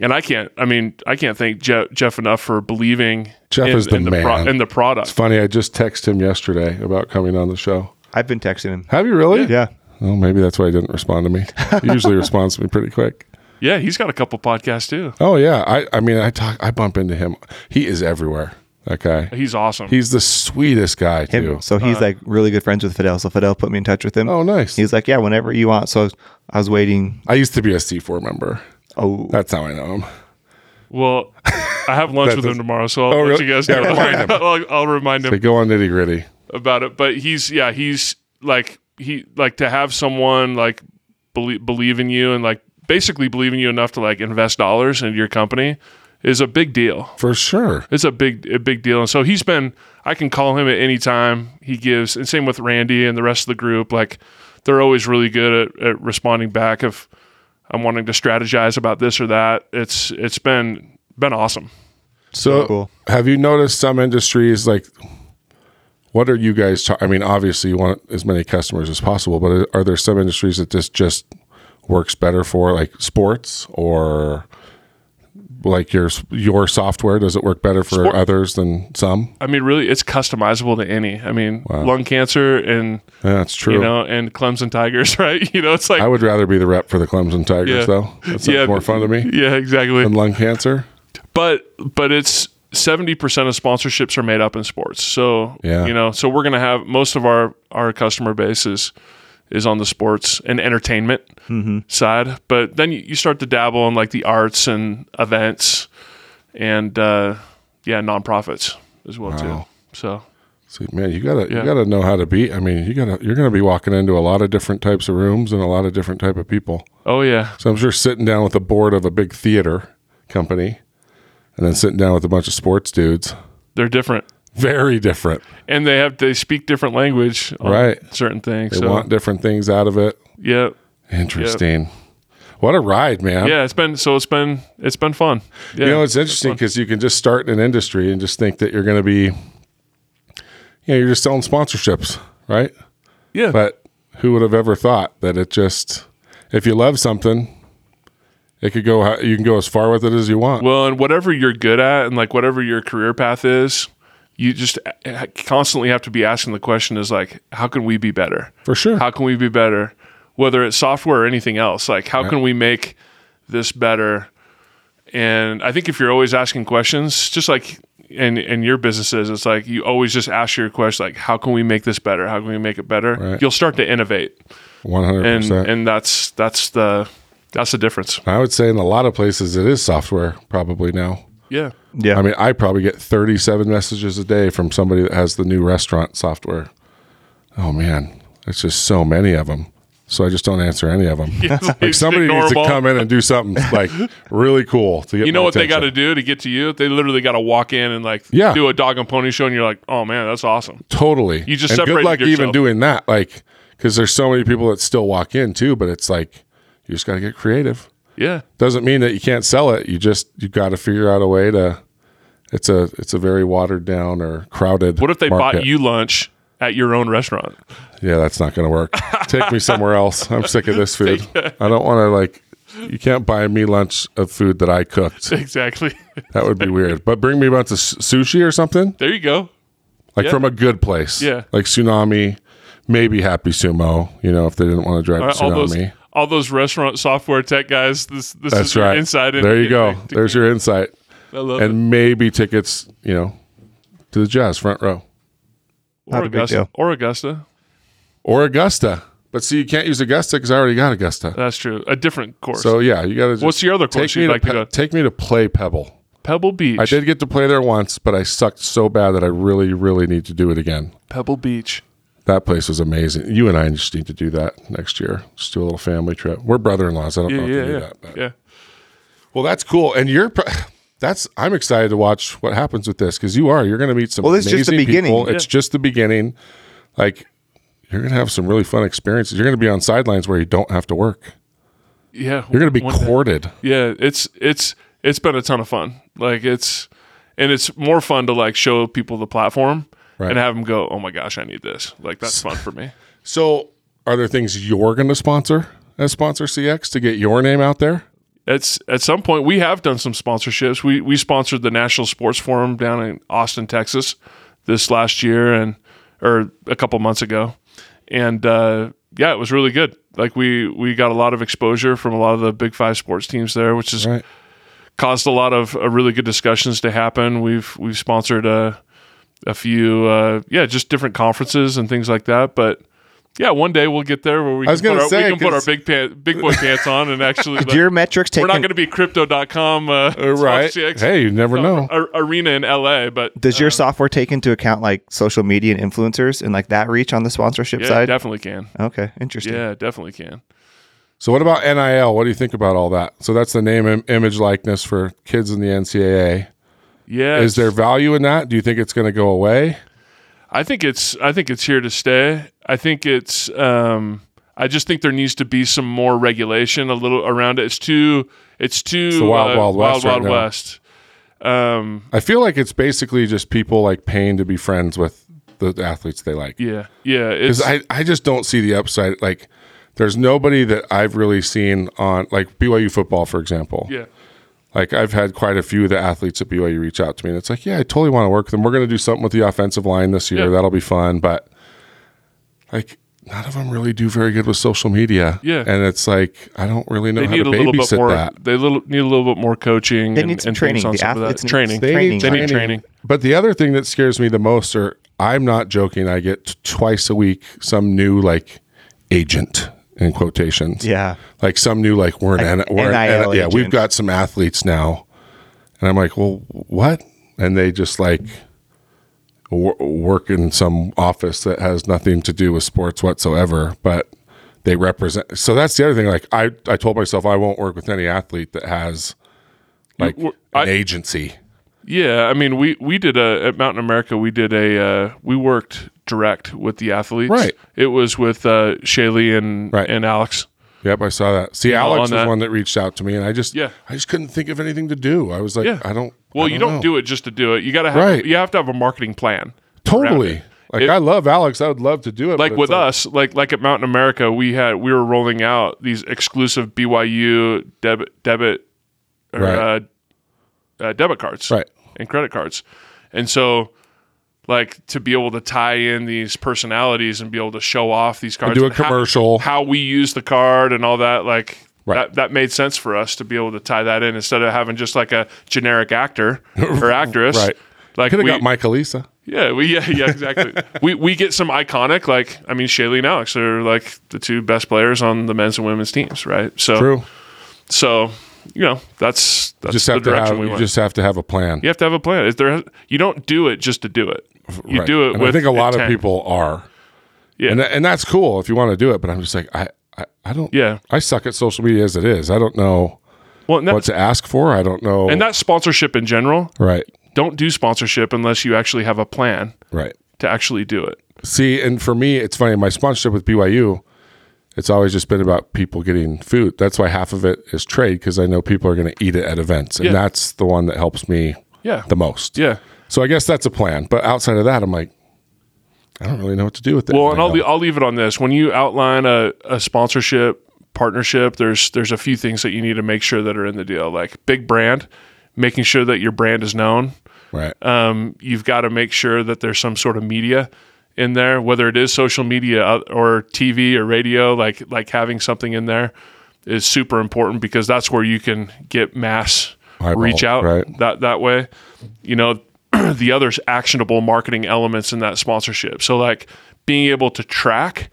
C: and I can't I mean I can't thank Jeff, Jeff enough for believing
B: Jeff
C: in,
B: is the
C: in
B: man.
C: in the product
B: Funny, I just texted him yesterday about coming on the show.
A: I've been texting him.
B: Have you really?
A: Yeah.
B: Well, maybe that's why he didn't respond to me. He usually responds to me pretty quick.
C: yeah he's got a couple podcasts too
B: Oh yeah. I, I mean I talk I bump into him. He is everywhere. That guy.
C: he's awesome
B: He's the sweetest guy
A: Him-
B: too.
A: So he's like really good friends with Fidel. So Fidel put me in touch with him.
B: Oh nice.
A: He's like, yeah, whenever you want. So I was, I was waiting.
B: I used to be a C4 member.
A: Oh,
B: That's how I know him.
C: well I have lunch with him tomorrow so I'll
B: Oh,
C: let
B: really?
C: you guys
B: Yeah,
C: know
B: remind him.
C: I'll, I'll remind him
B: They go on nitty gritty.
C: about it. But he's yeah, he's like he like to have someone like believe believe in you and like basically believe in you enough to like invest dollars into your company is a big deal.
B: For sure.
C: It's a big a big deal. And so he's been I can call him at any time he gives and same with Randy and the rest of the group. Like they're always really good at, at responding back if I'm wanting to strategize about this or that. It's it's been been awesome. Uh,
B: So,
A: cool.
B: have you noticed some industries like what are you guys? Ta- I mean, obviously, you want as many customers as possible, but are there some industries that this just works better for, like sports or like your your software? Does it work better for
C: Sport-
B: others than some?
C: I mean really it's customizable to any. I mean lung cancer and
B: Yeah, that's true.
C: you know, and Clemson Tigers, right? You know, it's like,
B: I would rather be the rep for the Clemson Tigers,
C: Yeah.
B: though. That sounds
C: Yeah.
B: more fun to me
C: yeah, exactly.
B: than lung cancer.
C: But but it's seventy percent of sponsorships are made up in sports. So
B: Yeah.
C: you know, so we're gonna have most of our our customer base is is on the sports and entertainment
B: Mm-hmm.
C: side. But then you, you start to dabble in like the arts and events and uh, yeah, nonprofits as well too. So
B: So man, you gotta
C: Yeah.
B: you gotta know how to be. I mean, you gotta you're gonna be walking into a lot of different types of rooms and a lot of different type of people.
C: oh yeah,
B: So I'm sure sitting down with a board of a big theater company, and then sitting down with a bunch of sports dudes,
C: they're different.
B: very different.
C: And they have they speak different language on
B: Right.
C: certain things.
B: They
C: so
B: want different things out of it.
C: yeah.
B: Interesting. What a ride, man.
C: Yeah, it's been so it's been it's been fun. Yeah.
B: You know, it's interesting because you can just start in an industry and just think that you're going to be, you know, you're just selling sponsorships. right?
C: Yeah.
B: But who would have ever thought that it just if you love something, it could go ho- you can go as far with it as you want.
C: Well, and whatever you're good at and like whatever your career path is, you just a- constantly have to be asking the question is like, how can we be better?
B: for sure.
C: How can we be better? Whether it's software or anything else, like how can we make this better? And I think if you're always asking questions, just like in in your businesses, it's like you always just ask your question like, how can we make this better? How can we make it better?
B: Right.
C: You'll start to innovate,
B: 100%.
C: and and that's that's the that's the difference.
B: I would say in a lot of places it is software probably now.
C: Yeah.
A: Yeah.
B: I mean, I probably get 37 messages a day from somebody that has the new restaurant software. Oh man, it's just so many of them. So I just don't answer any of them. like somebody needs to come in and do something like really cool to get
C: You know
B: my
C: what they got to
B: attention.
C: do to get to you? They literally got to walk in and like
B: Yeah.
C: do a dog and pony show, and you're like, oh man, that's awesome.
B: Totally.
C: You just
B: and good
C: separated
B: luck even
C: yourself.
B: doing that, like because there's so many people that still walk in too. But it's like you just got to get creative.
C: Yeah,
B: Doesn't mean that you can't sell it. You just you got to figure out a way to. It's a it's a very watered down or crowded.
C: what if they bought
B: market.
C: you lunch at your own restaurant?
B: Yeah, that's not going to work. Take me somewhere else. I'm sick of this food. I don't want to like. You can't buy me lunch of food that I cooked.
C: Exactly.
B: That would be weird. But bring me a bunch of s- sushi or something,
C: there you go.
B: like
C: Yeah.
B: from a good place.
C: Yeah.
B: like tsunami, maybe Happy Sumo. You know, if they didn't want to drive
C: All right,
B: to
C: all those
B: tsunami.
C: all those restaurant software tech guys. This this is
B: That's
C: your
B: right.
C: inside.
B: there you go.
C: indicator.
B: There's your insight,
C: I love it.
B: and maybe tickets. You know, to the Jazz front row
A: Not
C: Or
A: a big
C: Augusta.
A: deal.
C: Or Augusta.
B: or Augusta. But see, you can't use Augusta because I already got Augusta.
C: That's true. A different course.
B: So yeah, you got to.
C: What's your other course
B: take me
C: you'd
B: to
C: like to
B: Pe-
C: go?
B: take me to play Pebble.
C: Pebble Beach.
B: I did get to play there once, but I sucked so bad that I really, really need to do it again.
C: Pebble Beach.
B: That place was amazing. You and I just need to do that next year. Just do a little family trip. We're brother-in-laws. I don't
C: Yeah,
B: know if
C: yeah,
B: we do
C: yeah.
B: that. But.
C: Yeah.
B: Well, that's cool. And you're pro- that's I'm excited to watch what happens with this because you are. You're going to meet some.
A: Well, this is just the
B: amazing
A: beginning.
B: people. It's just the beginning. Like you're going to have some really fun experiences. You're going to be on sidelines where you don't have to work.
C: Yeah.
B: You're going to be
C: One day.
B: courted.
C: yeah it's it's it's been a ton of fun like it's and it's more fun to like show people the platform
B: Right.
C: and have them go oh my gosh i need this like that's fun for me
B: So, are there things you're going to sponsor as sponsor CX to get your name out there?
C: it's at some point we have done some sponsorships we we sponsored the national sports forum down in austin texas this last year and or a couple months ago and uh yeah it was really good like we we got a lot of exposure from a lot of the big five sports teams there which is
B: Right.
C: caused a lot of uh, really good discussions to happen. We've we've sponsored a a few uh, yeah, just different conferences and things like that. But yeah, one day we'll get there where we
B: I
C: can,
B: was
C: put
B: gonna
C: our,
B: say,
C: we can put our
B: 'cause-
C: big pant, big boy pants on and actually like,
A: Your metrics
C: we're
A: taken.
C: not going to be crypto.com uh,
B: Right.
C: CX
B: Hey, you never
A: Oh.
B: know.
C: ar- arena in LA, but
A: does your software take into account like social media and influencers and like that reach on the sponsorship
C: yeah,
A: side?
C: definitely can.
A: okay, interesting.
C: Yeah, definitely can.
B: So what about NIL? What do you think about all that? So that's the name, im- image, likeness for kids in the NCAA.
C: Yeah.
B: Is there value in that? Do you think it's going to go away?
C: I think it's I think it's here to stay. I think it's um I just think there needs to be some more regulation a little around it. It's too it's too uh,
B: the wild, wild west
C: wild,
B: right now.
C: west. Um
B: I feel like it's basically just people like paying to be friends with the athletes they like.
C: yeah. Yeah, it's
B: 'Cause I, I just don't see the upside. Like, there's nobody that I've really seen on like BYU football, for example.
C: yeah.
B: Like I've had quite a few of the athletes at BYU reach out to me, and it's like, yeah, I totally want to work with them. We're going to do something with the offensive line this year.
C: Yeah.
B: That'll be fun. But like, none of them really do very good with social media.
C: Yeah.
B: and it's like I don't really know
C: They
B: how
C: need
B: to
C: a little
B: babysit
C: bit more
B: that.
C: they little, need a little bit more coaching
A: They
C: and,
A: need some
C: and things
A: training.
C: on
A: The
C: top of that.
A: athletes need
C: training.
A: some training.
C: They need training.
B: But the other thing that scares me the most, or I'm not joking, I get t- twice a week some new like agent in quotations.
A: Yeah.
B: like some new like we're an
A: Like
B: N- we're an
A: NIL
B: N- yeah we've
A: agent.
B: got some athletes now and i'm like well what and they just like wor- work in some office that has nothing to do with sports whatsoever but they represent so that's the other thing like i i told myself i won't work with any athlete that has like
C: wor-
B: an
C: I-
B: agency
C: Yeah, I mean we we did a at Mountain America we did a uh, we worked direct with the athletes.
B: Right.
C: It was with uh Shaylee and
B: Right.
C: and Alex.
B: yep i saw that see
C: all
B: alex was
C: on that.
B: one that reached out to me and i just
C: Yeah.
B: i just couldn't think of anything to do i was like
C: Yeah.
B: i don't
C: Well,
B: I
C: you don't
B: know.
C: do it just to do it. You gotta have
B: Right.
C: you have to have a marketing plan. around
B: totally
C: it.
B: Like
C: It-
B: I love Alex. I would love to do it.
C: like
B: but
C: with
B: it's
C: us, like like at Mountain America, we had we were rolling out these exclusive BYU debit debit or,
B: Right.
C: uh, uh, debit cards,
B: Right.
C: and credit cards, and so like to be able to tie in these personalities and be able to show off these cards,
B: do a
C: and how-
B: commercial.
C: how, we use the card and all that, like.
B: Right.
C: That, that made sense for us to be able to tie that in instead of having just like a generic actor or actress.
B: Right.
C: Like
B: Could have
C: we-
B: got Mike Elisa.
C: yeah, we yeah, yeah, exactly. we we get some iconic like I mean Shaylee and Alex are like the two best players on the men's and women's teams, right? So
B: True.
C: so you know, that's Oh, that's
B: Just
C: the
B: have to
C: direction
B: have.
C: we
B: You
C: went.
B: just have to have a plan.
C: you have to have a plan. If there you don't do it just to do it. You
B: Right.
C: do it
B: And
C: with
B: I think a lot
C: intent.
B: of people are.
C: Yeah.
B: And, tha- and that's cool if you want to do it, but I'm just like I, I, I don't
C: Yeah.
B: I suck at social media as it is. I don't know
C: Well, and that,
B: what to ask for. I don't know
C: and that sponsorship in general,
B: Right.
C: don't do sponsorship unless you actually have a plan
B: Right.
C: to actually do it.
B: See, and for me it's funny, my sponsorship with BYU, it's always just been about people getting food. That's why half of it is trade because I know people are gonna eat it at events. And
C: Yeah.
B: that's the one that helps me
C: Yeah.
B: the most.
C: yeah.
B: So I guess that's a plan. But outside of that, I'm like, I don't really know what to do with it.
C: Well, and I'll, le- I'll leave it on this. When you outline a, a sponsorship partnership, there's there's a few things that you need to make sure that are in the deal, like big brand, making sure that your brand is known.
B: oh, right.
C: Um, you've got to make sure that there's some sort of media in there, whether it is social media uh, or TV or radio. Like like having something in there is super important because that's where you can get mass
B: Eyeball,
C: reach out
B: right.
C: that that way. You know, the other actionable marketing elements in that sponsorship. So like being able to track,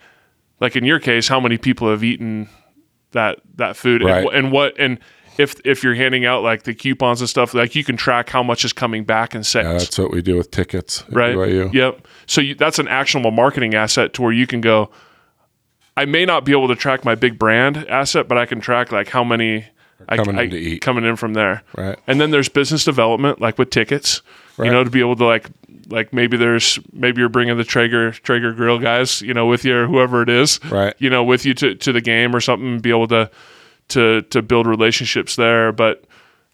C: like in your case, how many people have eaten that that food
B: Right.
C: and, wh- and what and if if you're handing out like the coupons and stuff, like you can track how much is coming back in sales.
B: Yeah, that's what we do with tickets. at
C: right.
B: BYU.
C: Yep. So you, that's an actionable marketing asset to where you can go. I may not be able to track my big brand asset, but I can track like how many I,
B: coming
C: I-
B: in to eat.
C: coming in from there.
B: Right.
C: And then there's business development, like with tickets. You know, to be able to like like maybe there's maybe you're bringing the Traeger Traeger Grill guys, you know, with you or whoever it is,
B: Right.
C: You know, with you to to the game or something, be able to to to build relationships there, but.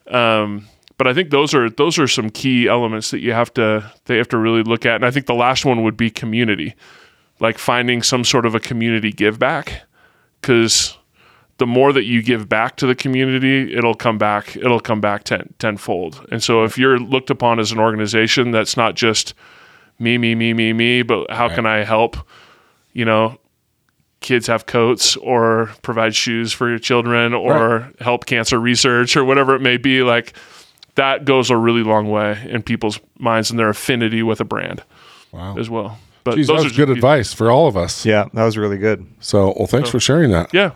C: Um, but I think those are those are some key elements that you have to they have to really look at. And I think the last one would be community, like finding some sort of a community give back, because the more that you give back to the community, it'll come back it'll come back ten, tenfold. And so if you're looked upon as an organization that's not just me me me me me, but how can I help? You know. Kids have coats, or provide shoes for your children, or help cancer research, or whatever it may be. Like that goes a really long way in people's minds and their affinity with a brand
B: Wow.
C: as well. But
B: Geez, that was
C: just
B: good
C: a few-
B: advice for all of us.
A: Yeah, that was really good.
B: So, well, thanks for sharing that.
C: Yeah.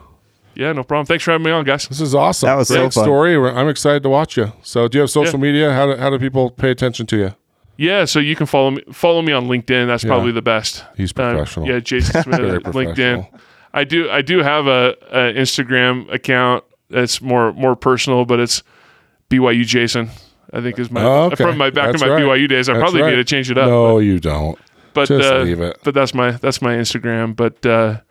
C: Yeah, no problem. Thanks for having me on, guys.
B: This is awesome.
A: That was
B: Great
A: so fun.
B: story. We're- I'm excited to watch you. So, do you have social media? How do, how do people pay attention to you?
C: Yeah, so you can follow me follow me on LinkedIn. That's probably the best.
B: He's
C: Um,
B: professional.
C: yeah, Jason Smith
B: Very
C: LinkedIn.
B: professional.
C: I do I do have a, a Instagram account that's more more personal, but it's BYU Jason. I think is my
B: Oh, okay.
C: from my back
B: That's
C: in my
B: right.
C: BYU days. I
B: That's
C: probably
B: right.
C: need to change it up.
B: No, you don't.
C: but
B: Just
C: uh,
B: leave it.
C: but that's my that's my Instagram. But uh,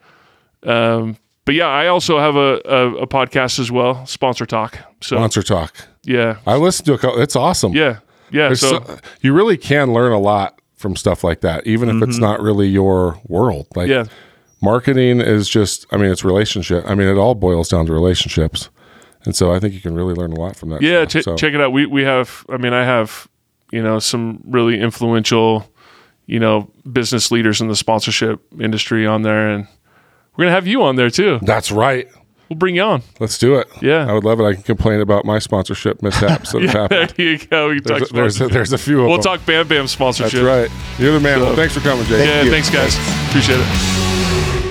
C: um, but yeah, I also have a, a, a podcast as well, Sponsor Talk. So
B: Sponsor talk.
C: yeah,
B: I listened to a couple. It's awesome.
C: yeah, yeah.
B: There's
C: So,
B: so- you really can learn a lot from stuff like that, even if it's not really your world. Like,
C: Mm-hmm. yeah,
B: marketing is just, I mean, it's relationship. I mean, it all boils down to relationships. And so I think you can really learn a lot from that.
C: yeah.
B: stuff.
C: ch-
B: So-
C: Check it out. We we have. I mean, I have you know some really influential you know business leaders in the sponsorship industry on there, and we're gonna have you on there too.
B: That's right.
C: We'll bring you on.
B: Let's do it.
C: Yeah.
B: I would love it. I can complain about my sponsorship mishaps that have
C: There
B: happened.
C: you go. We can talk
B: There's a, there's, a,
C: sponsorship.
B: there's a few of
C: We'll
B: them.
C: talk Bam Bam
B: That's
C: sponsorship.
B: right. You're the man. well, thanks for coming, Jake.
C: Yeah, thanks guys. Appreciate it.